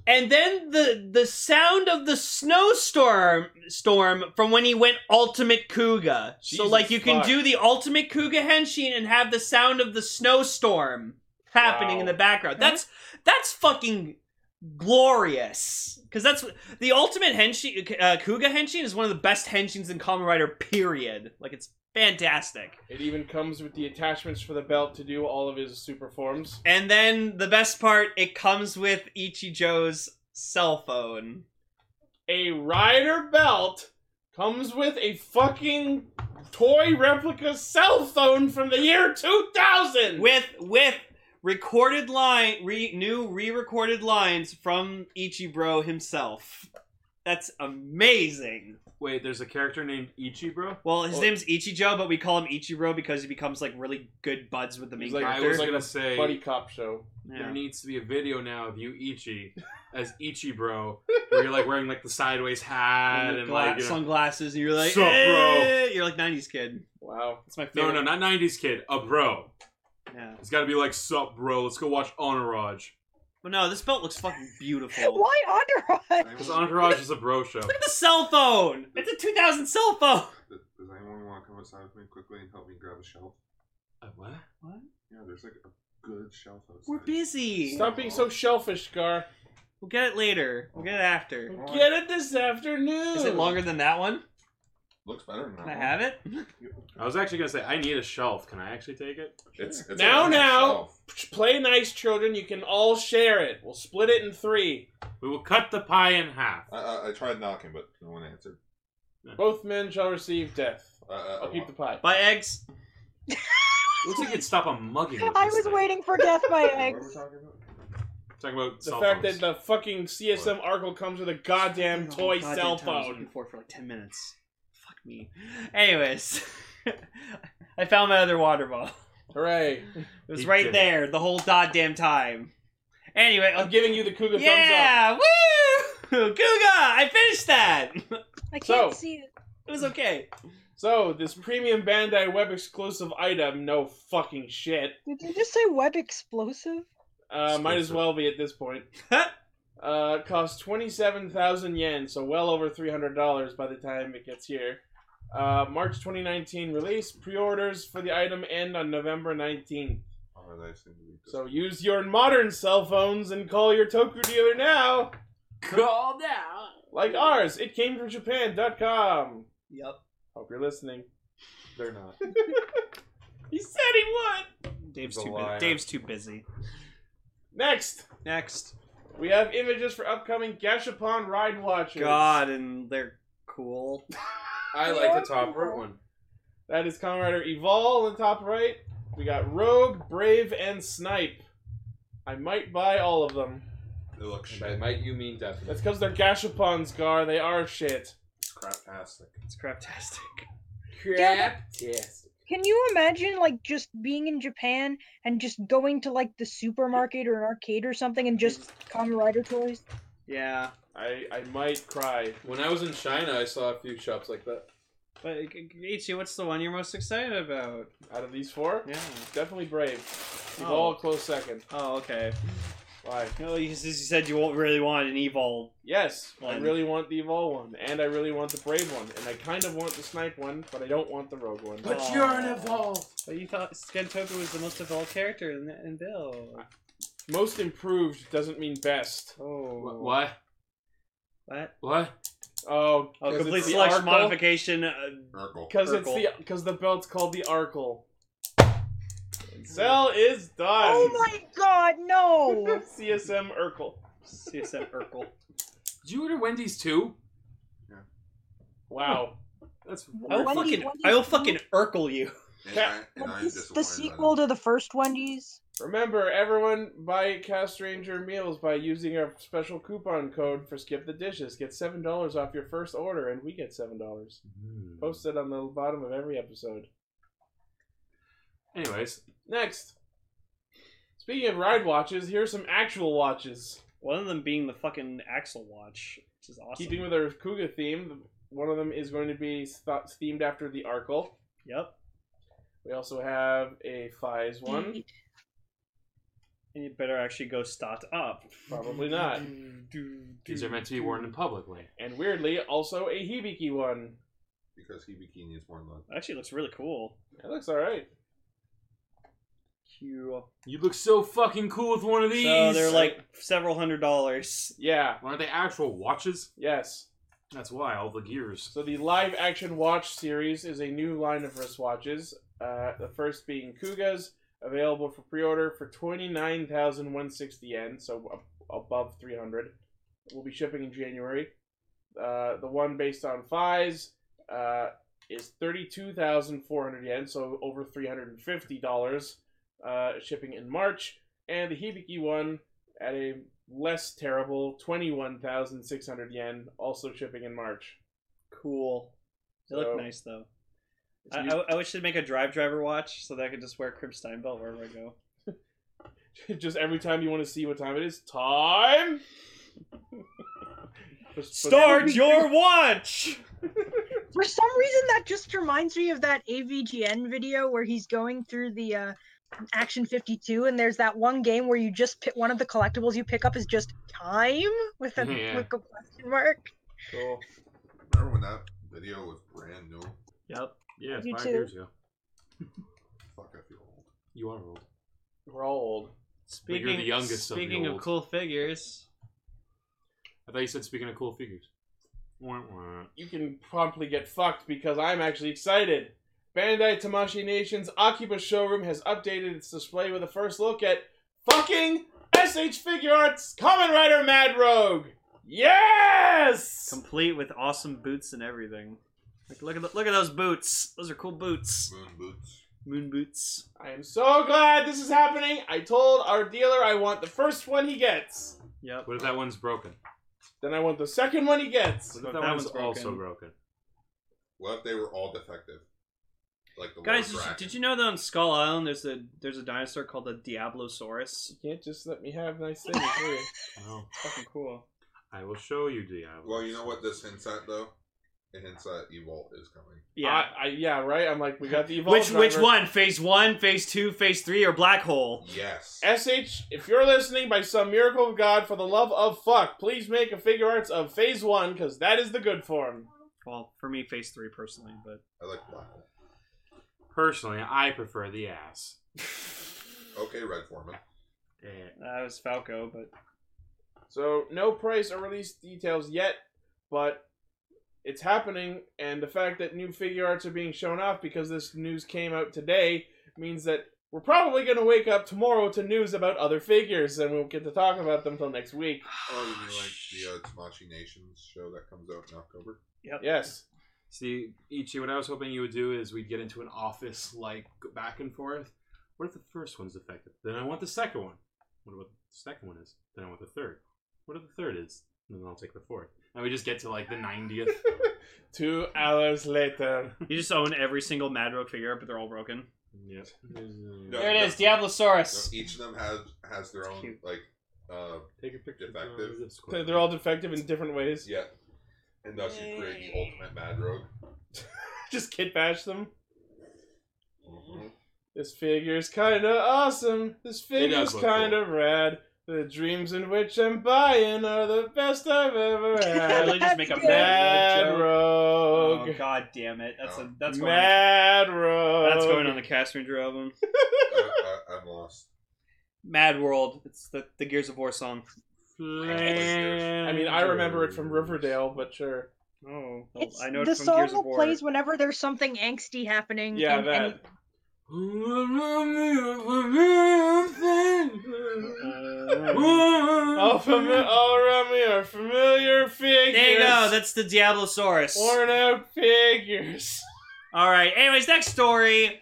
[SPEAKER 3] And then the the sound of the snowstorm storm from when he went ultimate Kuga. so
[SPEAKER 2] Jesus
[SPEAKER 3] like you can
[SPEAKER 2] fuck.
[SPEAKER 3] do the ultimate Kuga henshin and have the sound of the snowstorm happening in
[SPEAKER 2] Wow.
[SPEAKER 3] the background. That's that's fucking glorious. Cuz that's the ultimate henshin uh, Kuga henshin is one of the best henshins in Kamen Rider period. Like it's fantastic.
[SPEAKER 2] it even comes with the attachments for the belt to do all of his super forms.
[SPEAKER 3] And then the best part, it comes with Ichijo's cell phone.
[SPEAKER 2] A rider belt comes with a fucking toy replica cell phone from the year 2000.
[SPEAKER 3] With with recorded line re, new re-recorded lines from Ichibro himself. That's amazing.
[SPEAKER 4] Wait, there's a character named Ichibro?
[SPEAKER 3] Well, his
[SPEAKER 2] Well-
[SPEAKER 3] name's Ichijo, but we call him Ichibro because he becomes like really good buds with the main
[SPEAKER 2] He's like-
[SPEAKER 4] I
[SPEAKER 3] character.
[SPEAKER 4] was
[SPEAKER 2] There's like
[SPEAKER 4] gonna
[SPEAKER 2] a
[SPEAKER 4] say
[SPEAKER 2] buddy cop show.
[SPEAKER 4] there
[SPEAKER 3] Yeah.
[SPEAKER 4] needs to be a video now of you
[SPEAKER 2] [laughs]
[SPEAKER 4] Ichi as Ichibro, where you're like wearing like the sideways hat
[SPEAKER 3] And
[SPEAKER 4] and
[SPEAKER 3] gla-
[SPEAKER 4] like you know,
[SPEAKER 3] sunglasses, and you're like,
[SPEAKER 4] Sup, bro?
[SPEAKER 3] "Eh," you're like '90s kid.
[SPEAKER 2] Wow.
[SPEAKER 3] That's my favorite.
[SPEAKER 4] no, no, not '90s kid, a bro.
[SPEAKER 3] Yeah.
[SPEAKER 4] It's got to be like sup, bro. Let's go watch Entourage
[SPEAKER 3] But no, this belt looks fucking beautiful.
[SPEAKER 5] [laughs] Why Entourage?
[SPEAKER 4] because Entourage is a bro show.
[SPEAKER 3] Look at the cell phone. It's a 2000 cell phone.
[SPEAKER 6] Does does anyone want to come outside with me quickly and help me grab a shelf?
[SPEAKER 4] Uh, what?
[SPEAKER 6] Yeah, there's like a good shelf outside.
[SPEAKER 3] We're busy.
[SPEAKER 2] Stop being so shellfish, Gar.
[SPEAKER 3] We'll get it later. We'll get it after.
[SPEAKER 2] Get it this afternoon.
[SPEAKER 3] Is it longer than that one?
[SPEAKER 6] Looks better than that.
[SPEAKER 3] Can I
[SPEAKER 6] one.
[SPEAKER 3] have it?
[SPEAKER 4] I was actually gonna say I need a shelf. Can I actually take it?
[SPEAKER 6] It's, it's
[SPEAKER 2] Now,
[SPEAKER 6] on the
[SPEAKER 2] now.
[SPEAKER 6] shelf.
[SPEAKER 2] Play nice, children. You can all share it. We'll split it in three.
[SPEAKER 4] We will cut the pie in half.
[SPEAKER 6] I, I, I tried knocking, but no one answered.
[SPEAKER 2] Both men shall receive death.
[SPEAKER 6] Uh, uh,
[SPEAKER 2] I'll
[SPEAKER 6] I
[SPEAKER 2] keep the
[SPEAKER 6] want-
[SPEAKER 2] pie.
[SPEAKER 3] Buy eggs.
[SPEAKER 4] Looks like you'd stop a mugging.
[SPEAKER 5] [laughs]
[SPEAKER 4] With
[SPEAKER 5] I
[SPEAKER 4] this
[SPEAKER 5] was
[SPEAKER 4] thing.
[SPEAKER 5] waiting for death
[SPEAKER 2] [laughs]
[SPEAKER 5] by
[SPEAKER 6] What were we
[SPEAKER 5] eggs.
[SPEAKER 6] talking about?
[SPEAKER 4] Talking about
[SPEAKER 2] The
[SPEAKER 4] cell
[SPEAKER 2] fact
[SPEAKER 4] phones.
[SPEAKER 2] that the fucking CSM article comes with a goddamn
[SPEAKER 3] Oh,
[SPEAKER 2] toy
[SPEAKER 3] goddamn
[SPEAKER 2] cell
[SPEAKER 3] time I was looking
[SPEAKER 2] phone.
[SPEAKER 3] For for like ten minutes. Fuck me. Anyways, [laughs] I found my other water bottle.
[SPEAKER 2] Hooray.
[SPEAKER 3] It was
[SPEAKER 4] He
[SPEAKER 3] right
[SPEAKER 4] did it.
[SPEAKER 3] there the whole goddamn time. Anyway,
[SPEAKER 2] I'm
[SPEAKER 3] okay.
[SPEAKER 2] giving you the Cougar thumbs up.
[SPEAKER 3] yeah, woo, [laughs] Guga, I finished that. It
[SPEAKER 5] I
[SPEAKER 2] So-
[SPEAKER 5] can't see it.
[SPEAKER 3] was okay.
[SPEAKER 2] So, this premium Bandai web exclusive item, no fucking shit.
[SPEAKER 5] Did you just say web explosive?
[SPEAKER 2] Uh, might as
[SPEAKER 4] Exclusive.
[SPEAKER 2] well be at this
[SPEAKER 4] [laughs]
[SPEAKER 2] point. uh, costs 27,000 yen, so well over $300 by the time it gets here. Uh, March 2019 release. Pre orders for the item end on November 19th.
[SPEAKER 6] Oh, they seem to be
[SPEAKER 2] So use your modern cell phones and call your Toku dealer now!
[SPEAKER 4] call down.
[SPEAKER 2] Like ours, it came from Japan.com.
[SPEAKER 3] Yep.
[SPEAKER 2] Hope you're listening.
[SPEAKER 7] They're
[SPEAKER 2] [laughs]
[SPEAKER 7] not.
[SPEAKER 2] He said he would!
[SPEAKER 3] Dave's
[SPEAKER 7] He's a
[SPEAKER 3] too. Bu-
[SPEAKER 7] liar.
[SPEAKER 3] Dave's too busy.
[SPEAKER 2] Next,
[SPEAKER 3] Next,
[SPEAKER 2] we have images for upcoming Gashapon Ride Watchers.
[SPEAKER 3] God, and they're cool.
[SPEAKER 7] I like the top right one.
[SPEAKER 2] That is Kamen Rider Evol in the top right. We got Rogue, Brave, and Snipe. I might buy all of them.
[SPEAKER 6] They look
[SPEAKER 7] By
[SPEAKER 6] shit.
[SPEAKER 7] might you mean definitely?
[SPEAKER 2] That's because they're Gashapons, Gar. They are shit.
[SPEAKER 6] It's craptastic.
[SPEAKER 3] It's craptastic. [laughs]
[SPEAKER 5] Yeah,
[SPEAKER 7] Yes.
[SPEAKER 5] Can you imagine like just being in Japan and just going to like the supermarket or an arcade or something and just Kamen Rider toys?
[SPEAKER 3] Yeah,
[SPEAKER 2] I, I might cry.
[SPEAKER 7] When I was in China, I saw a few shops like that.
[SPEAKER 3] but uh, Ichi, what's the one you're most excited about?
[SPEAKER 2] Out of these four,
[SPEAKER 3] Yeah.
[SPEAKER 2] definitely Brave. Evol,
[SPEAKER 3] Oh.
[SPEAKER 2] close second.
[SPEAKER 3] Oh, okay.
[SPEAKER 2] Why?
[SPEAKER 3] No, Oh, you, since you said you won't really want an evil.
[SPEAKER 2] Yes, I
[SPEAKER 3] One.
[SPEAKER 2] really want the Evol one, and I really want the Brave one, and I kind of want the Snipe one, but I don't want the Rogue one.
[SPEAKER 3] But you're an
[SPEAKER 7] evolved.
[SPEAKER 3] But you thought Skentoku was the most evolved character in, in Bill.
[SPEAKER 2] Most improved doesn't mean best.
[SPEAKER 3] Oh.
[SPEAKER 4] What?
[SPEAKER 3] What?
[SPEAKER 4] What?
[SPEAKER 2] Oh,
[SPEAKER 3] Oh,
[SPEAKER 2] 'cause it's
[SPEAKER 3] complete
[SPEAKER 2] the
[SPEAKER 3] selection
[SPEAKER 2] Arkle?
[SPEAKER 3] modification. Uh,
[SPEAKER 6] Urkel.
[SPEAKER 2] Because it's the
[SPEAKER 3] [laughs] Urkel.
[SPEAKER 2] because the belt's called the Arkle.
[SPEAKER 3] Hmm.
[SPEAKER 2] Cell is done.
[SPEAKER 5] Oh my god,
[SPEAKER 2] [laughs]
[SPEAKER 5] no!
[SPEAKER 2] CSM Urkel.
[SPEAKER 3] CSM Urkel.
[SPEAKER 4] Did you order Wendy's too?
[SPEAKER 2] Wow.
[SPEAKER 3] [laughs] [laughs]
[SPEAKER 4] That's
[SPEAKER 2] Hmm.
[SPEAKER 3] I will
[SPEAKER 5] Wendy's-
[SPEAKER 3] fucking,
[SPEAKER 5] Wendy's
[SPEAKER 3] I will fucking Urkel you. [laughs]
[SPEAKER 6] And I, and I'm
[SPEAKER 5] Wendy's, the
[SPEAKER 6] disappointed
[SPEAKER 5] sequel to the first Wendy's?
[SPEAKER 2] Remember, everyone buy Cast Ranger meals by using our special coupon code for Skip the Dishes. Get seven dollars off your first order, and we get seven dollars. Posted on the bottom of every episode.
[SPEAKER 4] Anyways,
[SPEAKER 2] Next. Speaking of ride watches, here are some actual watches.
[SPEAKER 3] One of them being the fucking Axel watch, which is awesome.
[SPEAKER 2] Keeping with our Kuga theme, one of them is going to be th- themed after the Arkle.
[SPEAKER 3] Yep.
[SPEAKER 2] We also have a Fies
[SPEAKER 5] [laughs]
[SPEAKER 2] one.
[SPEAKER 3] And you better actually go start up.
[SPEAKER 2] Probably
[SPEAKER 3] [laughs]
[SPEAKER 2] not.
[SPEAKER 4] these are meant to be worn in public. Like,
[SPEAKER 2] And weirdly, also a Hibiki one.
[SPEAKER 6] because Hibiki needs more love.
[SPEAKER 3] Actually, it looks really cool.
[SPEAKER 2] That looks alright.
[SPEAKER 3] Cute.
[SPEAKER 4] you look so fucking cool with one of these.
[SPEAKER 3] So they're like several hundred dollars.
[SPEAKER 2] Yeah,
[SPEAKER 4] aren't they actual watches?
[SPEAKER 2] yes.
[SPEAKER 4] That's why all the gears.
[SPEAKER 2] So the live action watch series is a new line of wristwatches. Uh, the first being Kuga's, available for pre order for 29,160 yen, so ab- above 300. Will be shipping in January. Uh, the one based on Fies uh, is 32,400 yen, so over $350, uh, shipping in March. And the Hibiki one at a less terrible 21,600 yen, also shipping in March.
[SPEAKER 3] Cool. They look
[SPEAKER 2] So-
[SPEAKER 3] nice though.
[SPEAKER 2] It's
[SPEAKER 3] I,
[SPEAKER 2] used-
[SPEAKER 3] I, I wish they'd make a drive driver watch so that I could just wear a Crib Stein belt wherever I go.
[SPEAKER 2] [laughs] just every time you want to see what time it is,
[SPEAKER 3] [laughs]
[SPEAKER 2] time. Just put- [laughs]
[SPEAKER 3] Start your watch!
[SPEAKER 5] For some reason, that just reminds me of that AVGN video where he's going through the uh, Action 52, and there's that one game where you just pick one of the collectibles you pick up is just time with a,
[SPEAKER 4] Yeah.
[SPEAKER 5] with a question mark.
[SPEAKER 2] Cool.
[SPEAKER 6] Remember when that video was brand new?
[SPEAKER 3] Yep.
[SPEAKER 4] Yeah, it's
[SPEAKER 5] You
[SPEAKER 4] five
[SPEAKER 5] too.
[SPEAKER 4] years ago.
[SPEAKER 6] Fuck, I feel old.
[SPEAKER 4] You are old.
[SPEAKER 2] We're all old.
[SPEAKER 4] But
[SPEAKER 3] Speaking,
[SPEAKER 4] you're the youngest of the
[SPEAKER 3] speaking of
[SPEAKER 4] old.
[SPEAKER 3] cool figures,
[SPEAKER 4] I thought you said speaking of cool figures. Wah, wah.
[SPEAKER 2] you can promptly get fucked because I'm actually excited. Bandai Tamashi Nation's Akiba showroom has updated its display with a first look at fucking SH Figure Arts Common Rider Mad Rogue. Yes!
[SPEAKER 3] Complete with awesome boots and everything. Like look at the, look at those boots. Those are cool boots.
[SPEAKER 6] Moon boots.
[SPEAKER 3] Moon boots.
[SPEAKER 2] I am so glad this is happening. I told our dealer I want the first one he gets.
[SPEAKER 3] Yep.
[SPEAKER 4] What if that one's broken?
[SPEAKER 2] Then I want the second one he gets.
[SPEAKER 4] What
[SPEAKER 3] But
[SPEAKER 4] if that,
[SPEAKER 3] that
[SPEAKER 4] one's,
[SPEAKER 3] one's
[SPEAKER 4] also
[SPEAKER 3] broken.
[SPEAKER 4] broken?
[SPEAKER 6] What if they were all defective? Like the
[SPEAKER 3] Guys,
[SPEAKER 6] Lord
[SPEAKER 3] did you,
[SPEAKER 6] Dragon.
[SPEAKER 3] did you know that on Skull Island there's a there's a dinosaur called the Diablosaurus?
[SPEAKER 2] You can't just let me have nice things. will you?
[SPEAKER 4] No.
[SPEAKER 2] Fucking cool.
[SPEAKER 4] I will show you, Diablo.
[SPEAKER 6] Well, you know what this hints at though. It hints at Evolt is coming.
[SPEAKER 3] [laughs] Yeah.
[SPEAKER 2] I, I, yeah, right? I'm like, we got the Evolve
[SPEAKER 3] which which
[SPEAKER 2] driver.
[SPEAKER 3] one? Phase one, phase two, phase three, or black hole?
[SPEAKER 6] Yes.
[SPEAKER 2] Eh. SH, if you're listening by some miracle of God, for the love of fuck, please make a figure arts of phase one, because that is the good form.
[SPEAKER 3] Well, for me, phase three personally, but
[SPEAKER 6] I like black. Hole.
[SPEAKER 4] Personally, I prefer the ass.
[SPEAKER 6] Okay, Red Foreman.
[SPEAKER 4] Eh.
[SPEAKER 3] that uh, was Falco. But
[SPEAKER 2] So, no price or release details yet, but it's happening, and the fact that new figure arts are being shown off because this news came out today means that we're probably going to wake up tomorrow to news about other figures, and we won't get to talk about them till next week.
[SPEAKER 6] Oh, you mean like the uh, Tamachi Nations show that comes out in October?
[SPEAKER 2] Yes.
[SPEAKER 4] See, Ichi, what I was hoping you would do is we'd get into an office like go back and forth. What if the first one's defective? Then I want the second one. What about the second one is? Then I want the third. What if the third is? And then I'll take the fourth. And we just get to like the ninetieth.
[SPEAKER 2] [laughs] Two hours later.
[SPEAKER 3] you just own every single Mad Rogue figure, but they're all broken.
[SPEAKER 4] yep. uh,
[SPEAKER 6] No, There it no. is, No,
[SPEAKER 3] Diablosaurus.
[SPEAKER 6] each of them has has their own
[SPEAKER 3] Cute.
[SPEAKER 6] like. Uh,
[SPEAKER 4] Take a picture.
[SPEAKER 6] Defective.
[SPEAKER 4] of this one.
[SPEAKER 2] They're all defective in different ways.
[SPEAKER 6] yeah. And thus you create the ultimate Mad Rogue.
[SPEAKER 2] Just kid bash them.
[SPEAKER 6] Mhm.
[SPEAKER 2] This figure's kinda awesome. This figure's
[SPEAKER 4] look cool.
[SPEAKER 2] kinda rad. The dreams in which I'm buying are the best I've
[SPEAKER 3] [laughs]
[SPEAKER 2] ever
[SPEAKER 3] I
[SPEAKER 2] had.
[SPEAKER 3] really just make a Mad
[SPEAKER 2] Mad
[SPEAKER 3] Rogue joke.
[SPEAKER 2] Rogue.
[SPEAKER 3] Oh god damn it! That's a that's going on,
[SPEAKER 2] Mad Rogue.
[SPEAKER 3] that's going on the Cast Ranger album.
[SPEAKER 6] I, I, Uh, I'm lost.
[SPEAKER 3] Mad World. It's the the Gears of War song.
[SPEAKER 2] I mean, I remember it from Riverdale, but sure.
[SPEAKER 3] Oh, well,
[SPEAKER 5] It's,
[SPEAKER 3] I know
[SPEAKER 5] the
[SPEAKER 3] it's from
[SPEAKER 5] song
[SPEAKER 3] Gears of
[SPEAKER 5] will
[SPEAKER 3] War.
[SPEAKER 5] plays whenever there's something angsty happening.
[SPEAKER 2] Yeah,
[SPEAKER 5] and,
[SPEAKER 2] that.
[SPEAKER 5] and-
[SPEAKER 3] Uh, [laughs]
[SPEAKER 2] All, fami- all around me are familiar figures.
[SPEAKER 3] There you go. That's the Diablosaurus.
[SPEAKER 2] Worn out figures.
[SPEAKER 3] All right. Anyways, next story.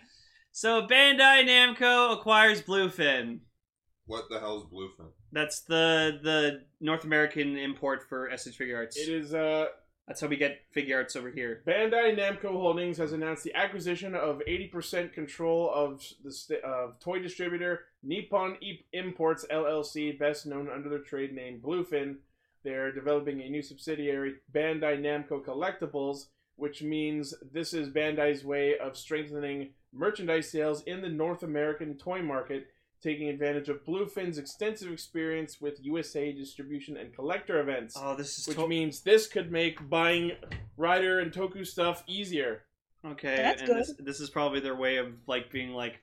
[SPEAKER 3] So Bandai Namco acquires Bluefin.
[SPEAKER 6] What the hell's Bluefin?
[SPEAKER 3] That's the the North American import for SH Figure Arts.
[SPEAKER 2] It is uh
[SPEAKER 3] That's how we get Figure Arts over here.
[SPEAKER 2] Bandai Namco Holdings has announced the acquisition of 80% control of the st- of toy distributor Nippon Ip- Imports LLC, best known under their trade name Bluefin. They're developing a new subsidiary, Bandai Namco Collectibles, which means this is Bandai's way of strengthening merchandise sales in the North American toy market, taking advantage of Bluefin's extensive experience with USA distribution and collector events
[SPEAKER 3] Oh, this is
[SPEAKER 2] which
[SPEAKER 3] to-
[SPEAKER 2] means this could make buying Ryder and Toku stuff easier.
[SPEAKER 3] okay.
[SPEAKER 5] That's
[SPEAKER 3] and
[SPEAKER 5] good.
[SPEAKER 3] This, this is probably their way of like being like,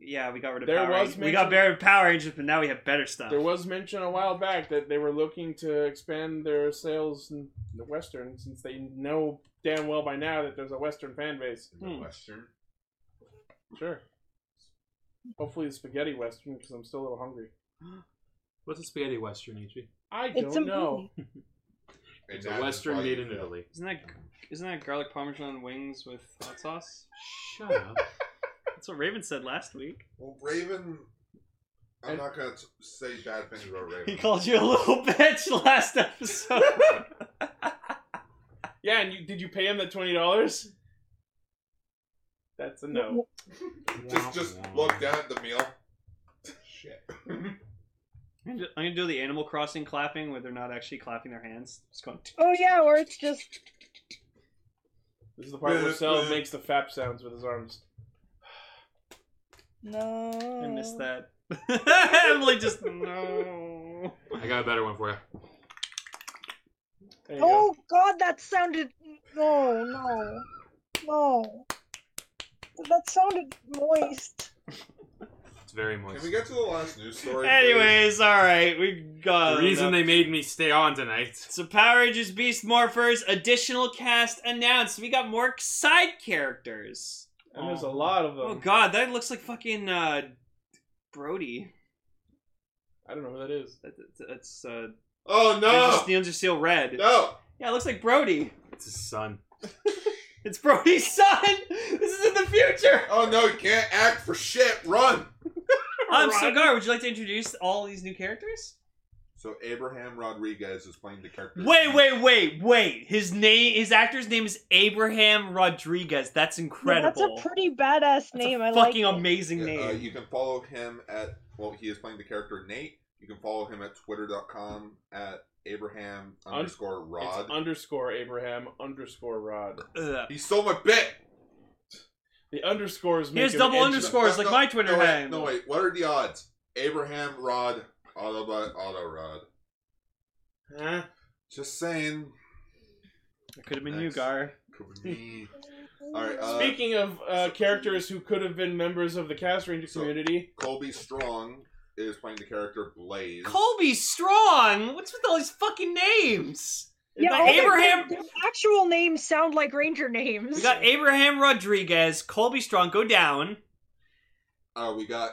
[SPEAKER 3] yeah, we got rid of
[SPEAKER 2] There
[SPEAKER 3] Power
[SPEAKER 2] was
[SPEAKER 3] Rangers. We got
[SPEAKER 2] mention-
[SPEAKER 3] rid of Power Rangers, but now we have better stuff.
[SPEAKER 2] There was mention a while back that they were looking to expand their sales in the Western, since they know damn well by now that there's a Western fan base.
[SPEAKER 6] In the
[SPEAKER 3] Hmm.
[SPEAKER 6] Western?
[SPEAKER 2] Sure. Hopefully, the spaghetti Western, because I'm still a little hungry.
[SPEAKER 4] What's a spaghetti western, Ichi?
[SPEAKER 2] I don't
[SPEAKER 5] It's a
[SPEAKER 2] know.
[SPEAKER 5] movie.
[SPEAKER 3] [laughs]
[SPEAKER 6] And
[SPEAKER 4] It's
[SPEAKER 6] that
[SPEAKER 4] a
[SPEAKER 6] is
[SPEAKER 4] western
[SPEAKER 6] why you
[SPEAKER 4] made in
[SPEAKER 6] fail.
[SPEAKER 4] Italy.
[SPEAKER 3] Isn't that isn't that garlic parmesan wings with hot sauce?
[SPEAKER 4] Shut
[SPEAKER 7] [laughs]
[SPEAKER 4] up.
[SPEAKER 3] That's what Raven said last week.
[SPEAKER 6] Well, Raven. I'm
[SPEAKER 2] And-
[SPEAKER 6] not gonna t- say bad things about Raven.
[SPEAKER 3] He called you a little Oh, bitch last episode.
[SPEAKER 2] [laughs] Yeah, and you, did you pay him that twenty dollars? That's a no.
[SPEAKER 6] just just look down at the meal. Shit.
[SPEAKER 3] I'm ju- I'm gonna do the Animal Crossing clapping where they're not actually clapping their hands. Just going.
[SPEAKER 5] Oh yeah, or it's just
[SPEAKER 2] This is the part where Cell makes the fap sounds with his arms.
[SPEAKER 5] no.
[SPEAKER 3] I missed that. [laughs] Emily just no.
[SPEAKER 4] I got a better one for you.
[SPEAKER 2] There you go.
[SPEAKER 5] Oh god, that sounded no, no, no. That sounded moist.
[SPEAKER 4] It's very moist.
[SPEAKER 6] Can we get to the last news story?
[SPEAKER 3] Anyways, all right, we got
[SPEAKER 7] Uh,
[SPEAKER 4] the reason they made me stay on tonight.
[SPEAKER 3] So Power Rangers Beast Morphers additional cast announced. We got more side characters.
[SPEAKER 2] And there's a lot of
[SPEAKER 3] Oh
[SPEAKER 6] Um,
[SPEAKER 2] them.
[SPEAKER 3] god, that looks like fucking uh, Brody.
[SPEAKER 2] I don't know who that is.
[SPEAKER 3] That- that- That's uh,
[SPEAKER 6] please? Oh no!
[SPEAKER 3] Ninja Steel Red.
[SPEAKER 6] No!
[SPEAKER 3] Yeah, it looks like Brody.
[SPEAKER 4] It's his son.
[SPEAKER 3] It's Brody's [laughs] son. This is in the
[SPEAKER 6] [laughs]
[SPEAKER 3] future.
[SPEAKER 6] Oh no! You can't act for shit. Run.
[SPEAKER 3] Um, so Gar, would you like to introduce all these new characters?
[SPEAKER 6] So Abraham Rodriguez is playing the character.
[SPEAKER 3] Wait, wait, wait, wait. His name, his actor's name is Abraham Rodriguez. That's
[SPEAKER 5] Yeah,
[SPEAKER 3] incredible.
[SPEAKER 5] that's a pretty badass
[SPEAKER 3] That's a
[SPEAKER 5] name. I like.
[SPEAKER 3] fucking
[SPEAKER 5] it.
[SPEAKER 3] amazing name.
[SPEAKER 6] Yeah, uh, you can follow him at well, he is playing the character Nate. You can follow him at twitter.com at Abraham
[SPEAKER 2] Un-
[SPEAKER 6] underscore Rod.
[SPEAKER 2] It's underscore Abraham underscore Rod.
[SPEAKER 3] Ugh.
[SPEAKER 6] he stole my bit.
[SPEAKER 2] The underscores make
[SPEAKER 3] Here's
[SPEAKER 2] him
[SPEAKER 3] double
[SPEAKER 2] edgy.
[SPEAKER 3] underscore. Scores, like my Twitter
[SPEAKER 6] no, wait,
[SPEAKER 3] handle.
[SPEAKER 6] No wait, what are the odds? Abraham Rod Autobot Auto Rod.
[SPEAKER 2] Huh?
[SPEAKER 6] Just saying.
[SPEAKER 3] That could have been you, Gar.
[SPEAKER 6] Could
[SPEAKER 3] [laughs]
[SPEAKER 6] be me. All right. Uh,
[SPEAKER 2] Speaking of uh, characters who could have been members of the cast ranger
[SPEAKER 6] So-
[SPEAKER 2] community,
[SPEAKER 6] Colby Strong is playing the character Blaze.
[SPEAKER 3] Colby Strong. What's with all these fucking names?
[SPEAKER 5] Yeah,
[SPEAKER 3] Like
[SPEAKER 5] all their-
[SPEAKER 3] Abraham-
[SPEAKER 5] their actual names sound like ranger
[SPEAKER 3] We
[SPEAKER 5] names.
[SPEAKER 3] got Abraham Rodriguez, Colby Strong. Go down.
[SPEAKER 6] uh, we got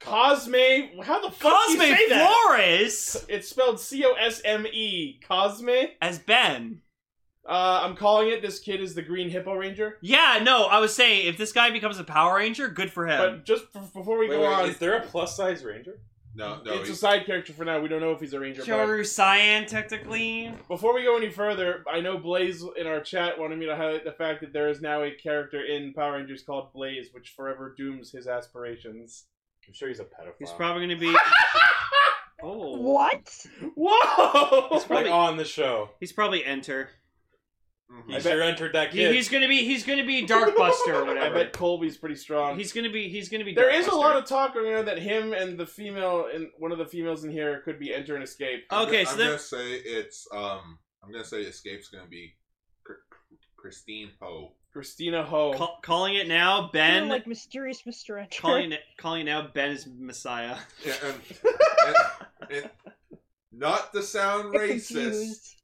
[SPEAKER 2] Cosme. How the fuck do you
[SPEAKER 3] Cosme
[SPEAKER 2] say that?
[SPEAKER 3] Flores
[SPEAKER 2] It's spelled C O S M E. Cosme.
[SPEAKER 3] as Ben.
[SPEAKER 2] Uh, I'm calling it. This kid is the Green Hippo Ranger.
[SPEAKER 3] Yeah, no, I was saying if this guy becomes a Power Ranger, good for him.
[SPEAKER 2] But just f- before we
[SPEAKER 7] Wait,
[SPEAKER 2] go
[SPEAKER 7] wait,
[SPEAKER 2] on,
[SPEAKER 7] is there a plus size ranger?
[SPEAKER 6] no, no.
[SPEAKER 2] it's
[SPEAKER 6] he-
[SPEAKER 2] a side character for now. We don't know if he's a ranger.
[SPEAKER 3] Joru Cyan, technically.
[SPEAKER 2] but before we go any further, I know Blaze in our chat wanted me to highlight the fact that there is now a character in Power Rangers called Blaze, which forever dooms his aspirations.
[SPEAKER 7] I'm sure he's a pedophile.
[SPEAKER 3] He's probably gonna be. Oh.
[SPEAKER 5] What?
[SPEAKER 2] Whoa!
[SPEAKER 3] He's probably,
[SPEAKER 7] like on the show.
[SPEAKER 3] he's probably enter.
[SPEAKER 6] mhm.
[SPEAKER 7] He sure entered that
[SPEAKER 3] He,
[SPEAKER 7] kid.
[SPEAKER 3] he's gonna be he's gonna be Darkbuster
[SPEAKER 2] [laughs]
[SPEAKER 3] or
[SPEAKER 2] I
[SPEAKER 3] whatever.
[SPEAKER 2] bet Colby's pretty strong.
[SPEAKER 3] He's gonna be he's gonna be.
[SPEAKER 2] there is a
[SPEAKER 3] Darkbuster.
[SPEAKER 2] lot of talk around that him and the female and one of the females in here could be enter and escape.
[SPEAKER 6] I'm
[SPEAKER 3] Okay,
[SPEAKER 6] go-
[SPEAKER 3] so
[SPEAKER 6] I'm
[SPEAKER 3] then-
[SPEAKER 6] gonna say it's um. I'm gonna say Escape's gonna be Cr- Christine Ho.
[SPEAKER 2] Christina Ho.
[SPEAKER 3] Call- calling it now.
[SPEAKER 5] Kinda
[SPEAKER 3] Ben
[SPEAKER 5] like mysterious Mr. Enter.
[SPEAKER 3] calling it calling it now. Ben is Messiah. [gasps]
[SPEAKER 6] And, and, and- and not to sound
[SPEAKER 5] They're
[SPEAKER 6] racist, [laughs]
[SPEAKER 5] confused.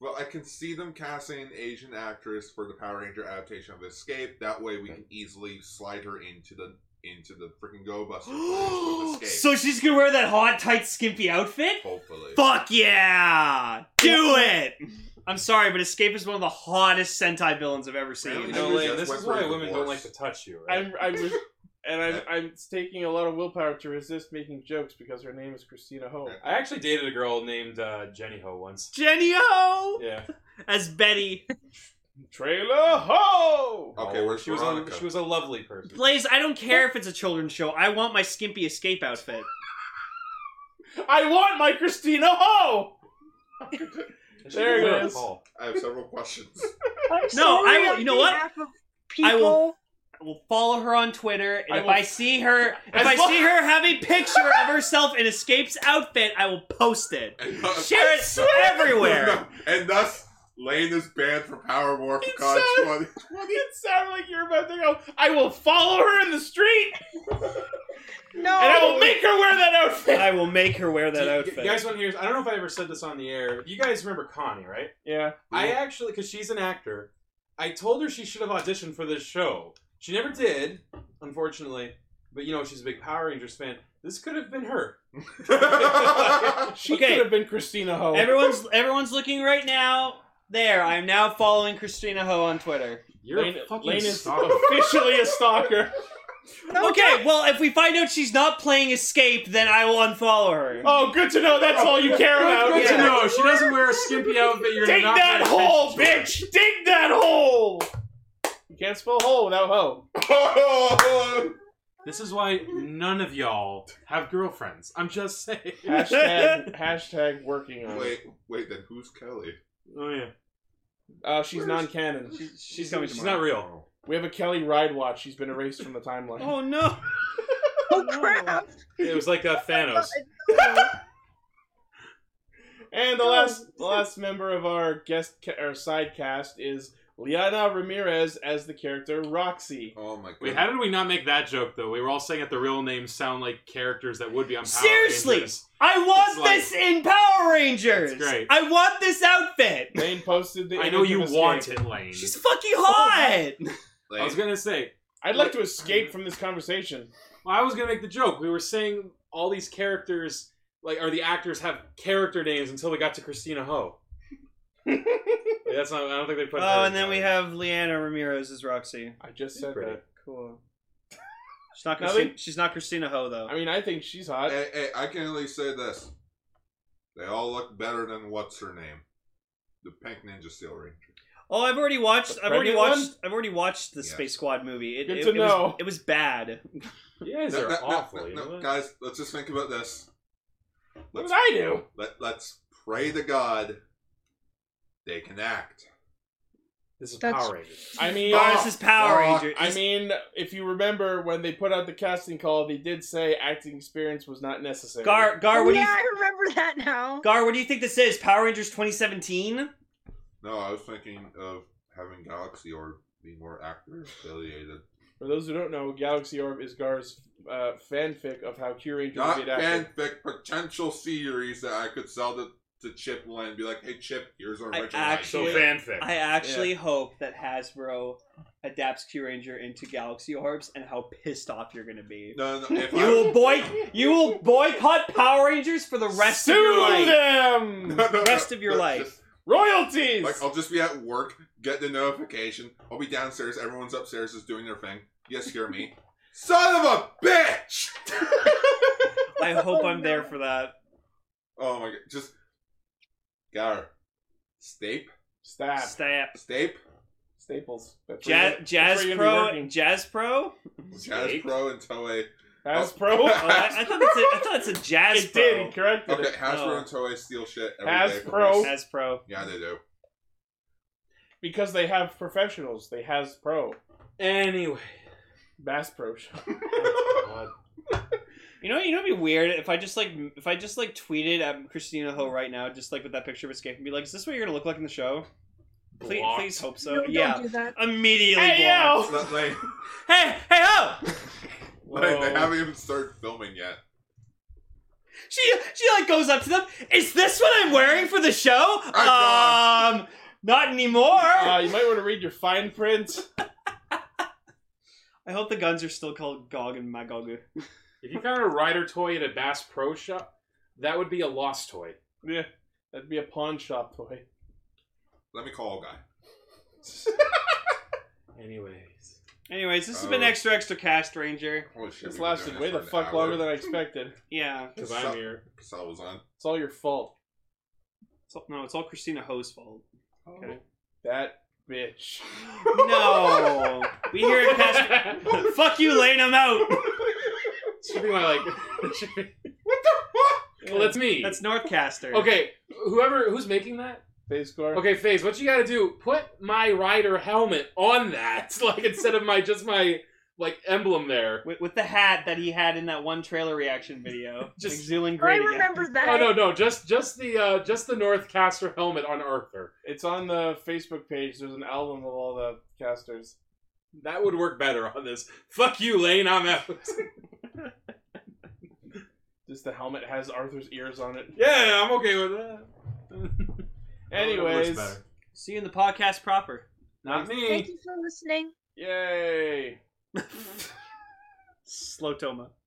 [SPEAKER 6] but I can see them casting an Asian actress for the Power Ranger adaptation of Escape. That way, we can easily slide her into the into the freaking Go
[SPEAKER 3] [gasps]
[SPEAKER 6] Buster footage with Escape.
[SPEAKER 3] so she's gonna wear that hot, tight, skimpy outfit.
[SPEAKER 6] Hopefully,
[SPEAKER 3] Fuck yeah! Do it! I'm sorry, but Escape is one of the hottest Sentai villains I've ever
[SPEAKER 6] Really?
[SPEAKER 3] seen.
[SPEAKER 7] no,
[SPEAKER 6] No. He
[SPEAKER 7] Lane,
[SPEAKER 6] just
[SPEAKER 7] this
[SPEAKER 6] went
[SPEAKER 7] is
[SPEAKER 6] for
[SPEAKER 7] why
[SPEAKER 6] a
[SPEAKER 7] women don't
[SPEAKER 6] divorce.
[SPEAKER 7] like to touch you, right?
[SPEAKER 2] I'm, I
[SPEAKER 3] [laughs]
[SPEAKER 2] was, and I'm, I'm taking a lot of willpower to resist making jokes because her name is Christina Ho.
[SPEAKER 6] Yeah.
[SPEAKER 7] I actually dated a girl named uh, Jenny Ho once.
[SPEAKER 3] Jenny Ho!
[SPEAKER 7] Yeah.
[SPEAKER 3] As Betty.
[SPEAKER 2] Trailer Ho!
[SPEAKER 6] Okay, where's
[SPEAKER 7] she was a,
[SPEAKER 6] Veronica?
[SPEAKER 7] she was a lovely person.
[SPEAKER 3] Blaze, I don't care if it's a children's show. I want my skimpy escape outfit.
[SPEAKER 2] I want my Christina Ho!
[SPEAKER 7] And she
[SPEAKER 2] There
[SPEAKER 7] could
[SPEAKER 2] it
[SPEAKER 7] wear a
[SPEAKER 2] is.
[SPEAKER 7] call.
[SPEAKER 6] I have several questions.
[SPEAKER 5] I'm
[SPEAKER 3] No, I
[SPEAKER 5] sorry
[SPEAKER 3] will-
[SPEAKER 5] on
[SPEAKER 3] you know what?
[SPEAKER 5] behalf of
[SPEAKER 3] I
[SPEAKER 5] People.
[SPEAKER 3] will- [laughs] I will follow her on Twitter, and
[SPEAKER 2] I
[SPEAKER 3] if
[SPEAKER 2] will-
[SPEAKER 3] I see her, if
[SPEAKER 2] As
[SPEAKER 3] I
[SPEAKER 2] lo-
[SPEAKER 3] see her have a picture of herself in Escape's outfit, I will post it. Share it everywhere.
[SPEAKER 6] [laughs] and thus, Lane is banned for Power War for
[SPEAKER 2] It's
[SPEAKER 6] Con
[SPEAKER 2] so-
[SPEAKER 6] 20.
[SPEAKER 2] What did it sound like you're about to go? I will follow her in the street
[SPEAKER 5] No.
[SPEAKER 2] and I will make her wear that outfit!
[SPEAKER 3] I will make her wear
[SPEAKER 7] Do
[SPEAKER 3] that
[SPEAKER 7] you-
[SPEAKER 3] outfit.
[SPEAKER 7] You guys want to hear? I don't know if I ever said this on the air. You guys remember Connie, right?
[SPEAKER 2] Yeah.
[SPEAKER 7] I actually, because she's an actor, I told her she should have auditioned for this show. She never did, unfortunately. But you know, she's a big Power Rangers fan. This could have been her.
[SPEAKER 6] [laughs]
[SPEAKER 2] She
[SPEAKER 3] Okay.
[SPEAKER 2] could have been Christina Ho.
[SPEAKER 3] Everyone's everyone's looking right now. There, I'm now following Christina Ho on Twitter.
[SPEAKER 7] You're
[SPEAKER 2] Lane,
[SPEAKER 7] a fucking
[SPEAKER 2] Lane is [laughs]
[SPEAKER 7] stalker.
[SPEAKER 2] officially a stalker.
[SPEAKER 5] No,
[SPEAKER 3] okay, well, if we find out she's not playing Escape, then I will unfollow her.
[SPEAKER 2] Oh, good to know that's all you care about.
[SPEAKER 7] Good
[SPEAKER 3] Yeah.
[SPEAKER 7] to know. She doesn't wear a skimpy outfit. You're
[SPEAKER 2] Dig
[SPEAKER 7] not
[SPEAKER 2] that
[SPEAKER 7] gonna
[SPEAKER 2] hole,
[SPEAKER 7] attention to her.
[SPEAKER 2] bitch! Dig that hole! You can't spell hole without hoe.
[SPEAKER 7] This is why none of y'all have girlfriends. I'm just saying.
[SPEAKER 2] [laughs] Hashtag, hashtag working on it.
[SPEAKER 6] wait, wait, then who's Kelly?
[SPEAKER 7] Oh yeah,
[SPEAKER 2] Uh, she's non canon.
[SPEAKER 3] She's, she's coming
[SPEAKER 7] she's not
[SPEAKER 3] tomorrow.
[SPEAKER 7] real.
[SPEAKER 2] We have a Kelly ride watch. She's been erased from the timeline.
[SPEAKER 3] oh no!
[SPEAKER 5] Oh crap.
[SPEAKER 7] It was like uh, Thanos.
[SPEAKER 2] And the last the last member of our guest ca- our side cast is Liana Ramirez as the character Roxy.
[SPEAKER 6] Oh my god.
[SPEAKER 4] Wait, how did we not make that joke though? We were all saying that the real names sound like characters that would be on Power
[SPEAKER 3] Seriously!
[SPEAKER 4] Rangers.
[SPEAKER 3] I want
[SPEAKER 4] It's like-
[SPEAKER 3] this in Power Rangers.
[SPEAKER 4] That's great.
[SPEAKER 3] I want this outfit.
[SPEAKER 2] Lane posted the.
[SPEAKER 4] [laughs] I know
[SPEAKER 2] image
[SPEAKER 4] you
[SPEAKER 2] of escape.
[SPEAKER 4] want it, Lane.
[SPEAKER 3] She's fucking hot.
[SPEAKER 4] I was gonna say,
[SPEAKER 2] I'd like to escape from this conversation.
[SPEAKER 4] well, I was gonna make the joke. We were saying all these characters, like, or the actors have character names until we got to Christina Ho. that's not. I don't think they put.
[SPEAKER 3] Oh,
[SPEAKER 4] her
[SPEAKER 3] and then
[SPEAKER 4] down.
[SPEAKER 3] we have Leanna Ramirez as Roxy.
[SPEAKER 2] I just said
[SPEAKER 4] pretty.
[SPEAKER 2] that.
[SPEAKER 3] Cool. She's [laughs] not
[SPEAKER 2] Now
[SPEAKER 3] Christina, she's not Christina Ho though.
[SPEAKER 2] I mean, I think she's hot.
[SPEAKER 6] Hey, hey, I can only say this. They all look better than what's her name? The Pink Ninja Steel Ranger.
[SPEAKER 3] oh, I've already watched.
[SPEAKER 2] The
[SPEAKER 3] I've already
[SPEAKER 2] pregnant
[SPEAKER 3] watched. I've already watched the
[SPEAKER 6] Yeah.
[SPEAKER 3] Space Squad movie. It,
[SPEAKER 2] Good
[SPEAKER 3] it-
[SPEAKER 2] to
[SPEAKER 3] it was-
[SPEAKER 2] know.
[SPEAKER 3] it was bad.
[SPEAKER 4] You guys
[SPEAKER 6] No,
[SPEAKER 4] are
[SPEAKER 6] no, no,
[SPEAKER 4] awful.
[SPEAKER 6] no,
[SPEAKER 4] you
[SPEAKER 6] no,
[SPEAKER 4] know what?
[SPEAKER 6] guys, let's just think about this.
[SPEAKER 2] what did I do?
[SPEAKER 6] Let, let's pray to God they can act.
[SPEAKER 4] This is
[SPEAKER 5] That's-
[SPEAKER 4] Power Rangers.
[SPEAKER 2] I mean,
[SPEAKER 3] Boris Oh, is Power
[SPEAKER 6] fuck.
[SPEAKER 3] Ranger.
[SPEAKER 2] I mean, if you remember when they put out the casting call, they did say acting experience was not necessary.
[SPEAKER 3] Gar, Gar, what do
[SPEAKER 5] yeah,
[SPEAKER 3] you?
[SPEAKER 5] I remember that now.
[SPEAKER 3] Gar, what do you think this is? Power Rangers 2017?
[SPEAKER 6] No, I was thinking of having Galaxy or being more actor affiliated.
[SPEAKER 2] For those who don't know, Galaxy Orb is Gar's uh, fanfic of how Q Ranger would
[SPEAKER 6] Not
[SPEAKER 2] be an actor.
[SPEAKER 6] fanfic, potential series that I could sell to, to Chip Lynn and be like, hey, Chip, here's our
[SPEAKER 3] I
[SPEAKER 6] original
[SPEAKER 4] So
[SPEAKER 3] actually-
[SPEAKER 6] idea."
[SPEAKER 4] fanfic.
[SPEAKER 3] I actually hope that Hasbro adapts Q Ranger into Galaxy Orbs and how pissed off you're gonna be.
[SPEAKER 6] No, no, no, if
[SPEAKER 3] You
[SPEAKER 6] [laughs] I,
[SPEAKER 3] will boy you will boycott Power Rangers for the rest
[SPEAKER 2] Sue
[SPEAKER 3] of your life.
[SPEAKER 4] [laughs]
[SPEAKER 6] no,
[SPEAKER 2] them!
[SPEAKER 6] no, no,
[SPEAKER 3] Rest of your
[SPEAKER 6] no,
[SPEAKER 3] life.
[SPEAKER 6] just-
[SPEAKER 2] Royalties!
[SPEAKER 6] Like oh. I'll just be at work, get the notification. I'll be downstairs. Everyone's upstairs is doing their thing. Yes, hear me.
[SPEAKER 3] [laughs]
[SPEAKER 6] Son of a bitch! [laughs]
[SPEAKER 3] I hope I'm there for that.
[SPEAKER 2] [laughs]
[SPEAKER 6] oh my god! Just Gar, Stape,
[SPEAKER 2] Stap.
[SPEAKER 3] Stap.
[SPEAKER 6] Stape,
[SPEAKER 2] Staples. That's where
[SPEAKER 3] Jazz,
[SPEAKER 2] you-
[SPEAKER 3] Jazz
[SPEAKER 2] where you're gonna be
[SPEAKER 3] Pro,
[SPEAKER 2] working.
[SPEAKER 3] Jazz Pro.
[SPEAKER 6] Jazz Pro, and Toei.
[SPEAKER 2] Jazz
[SPEAKER 6] Oh.
[SPEAKER 2] Pro? [laughs]
[SPEAKER 3] Oh, I, I thought it's a, I thought it's a Jazz
[SPEAKER 2] it
[SPEAKER 3] Pro.
[SPEAKER 2] did, he corrected
[SPEAKER 4] [laughs]
[SPEAKER 6] Okay,
[SPEAKER 2] it.
[SPEAKER 6] Hasbro
[SPEAKER 4] Uh,
[SPEAKER 3] No.
[SPEAKER 6] and Toei steal shit every day from
[SPEAKER 2] Hasbro.
[SPEAKER 6] us.
[SPEAKER 3] Jazz Pro.
[SPEAKER 6] Yeah, they do. [laughs]
[SPEAKER 2] Because they have professionals. They has pro.
[SPEAKER 4] Anyway,
[SPEAKER 2] Bass Pro [laughs] Shop.
[SPEAKER 4] God.
[SPEAKER 3] You know, you know, it'd be weird if I just like if I just like tweeted at Christina Ho right now, just like with that picture of escape, and be like, "Is this what you're gonna look like in the show?" Please,
[SPEAKER 4] Blocked.
[SPEAKER 3] please hope
[SPEAKER 5] No,
[SPEAKER 3] so. yeah,
[SPEAKER 5] don't do that.
[SPEAKER 3] immediately.
[SPEAKER 2] Hey,
[SPEAKER 3] blocked.
[SPEAKER 2] yo!
[SPEAKER 6] Not like,
[SPEAKER 3] Hey, hey, ho!
[SPEAKER 6] like, they
[SPEAKER 2] Whoa.
[SPEAKER 6] haven't even started filming yet.
[SPEAKER 3] She she like goes up to them. Is this what I'm wearing for the show?
[SPEAKER 6] I
[SPEAKER 3] um, not anymore.
[SPEAKER 2] Uh, you might want to read your fine print.
[SPEAKER 3] I hope the guns are still called Gog and Magog.
[SPEAKER 4] if you found a rider toy at a Bass Pro Shop, that would be a lost toy.
[SPEAKER 2] Yeah. That'd be a pawn shop toy.
[SPEAKER 6] Let me call a guy.
[SPEAKER 4] Anyways,
[SPEAKER 3] Anyways, this has been
[SPEAKER 6] Oh.
[SPEAKER 3] extra extra cast ranger.
[SPEAKER 6] Holy shit!
[SPEAKER 2] This
[SPEAKER 6] we've been
[SPEAKER 2] lasted
[SPEAKER 6] doing
[SPEAKER 2] way
[SPEAKER 6] for
[SPEAKER 2] the
[SPEAKER 6] an
[SPEAKER 2] fuck
[SPEAKER 6] hour.
[SPEAKER 2] longer than I expected.
[SPEAKER 3] Yeah,
[SPEAKER 4] because
[SPEAKER 6] So-
[SPEAKER 4] I'm here.
[SPEAKER 6] Casal was on.
[SPEAKER 2] It's all your fault.
[SPEAKER 3] it's all, no, it's all Christina Ho's fault.
[SPEAKER 6] Oh.
[SPEAKER 3] Okay.
[SPEAKER 2] That bitch.
[SPEAKER 4] [laughs]
[SPEAKER 3] No, we here at cast. Fuck you, Lane. I'm out.
[SPEAKER 4] should be my like. [laughs] should be- Well, that's me.
[SPEAKER 3] That's Northcaster.
[SPEAKER 4] okay. Whoever who's making that?
[SPEAKER 2] Face score.
[SPEAKER 4] Okay, Faze, what you gotta do? Put my rider helmet on that, [laughs] like instead of my just my like emblem there.
[SPEAKER 3] With, with the hat that he had in that one trailer reaction video,
[SPEAKER 4] Just-
[SPEAKER 3] just exhaling
[SPEAKER 5] I
[SPEAKER 3] great. again.
[SPEAKER 5] remember that.
[SPEAKER 4] Oh no, no, just just the uh just the Northcaster helmet on Arthur.
[SPEAKER 2] It's on the Facebook page. There's an album of all the casters.
[SPEAKER 4] That would work better on this. Fuck you, Lane. I'm out. [laughs]
[SPEAKER 2] Just the helmet has Arthur's ears on it.
[SPEAKER 4] yeah, I'm okay with Oh, that. [laughs]
[SPEAKER 2] Anyways,
[SPEAKER 4] better.
[SPEAKER 3] See you in the podcast proper.
[SPEAKER 4] Not
[SPEAKER 5] Thank
[SPEAKER 4] me.
[SPEAKER 5] you for listening.
[SPEAKER 2] yay.
[SPEAKER 3] Slow Toma.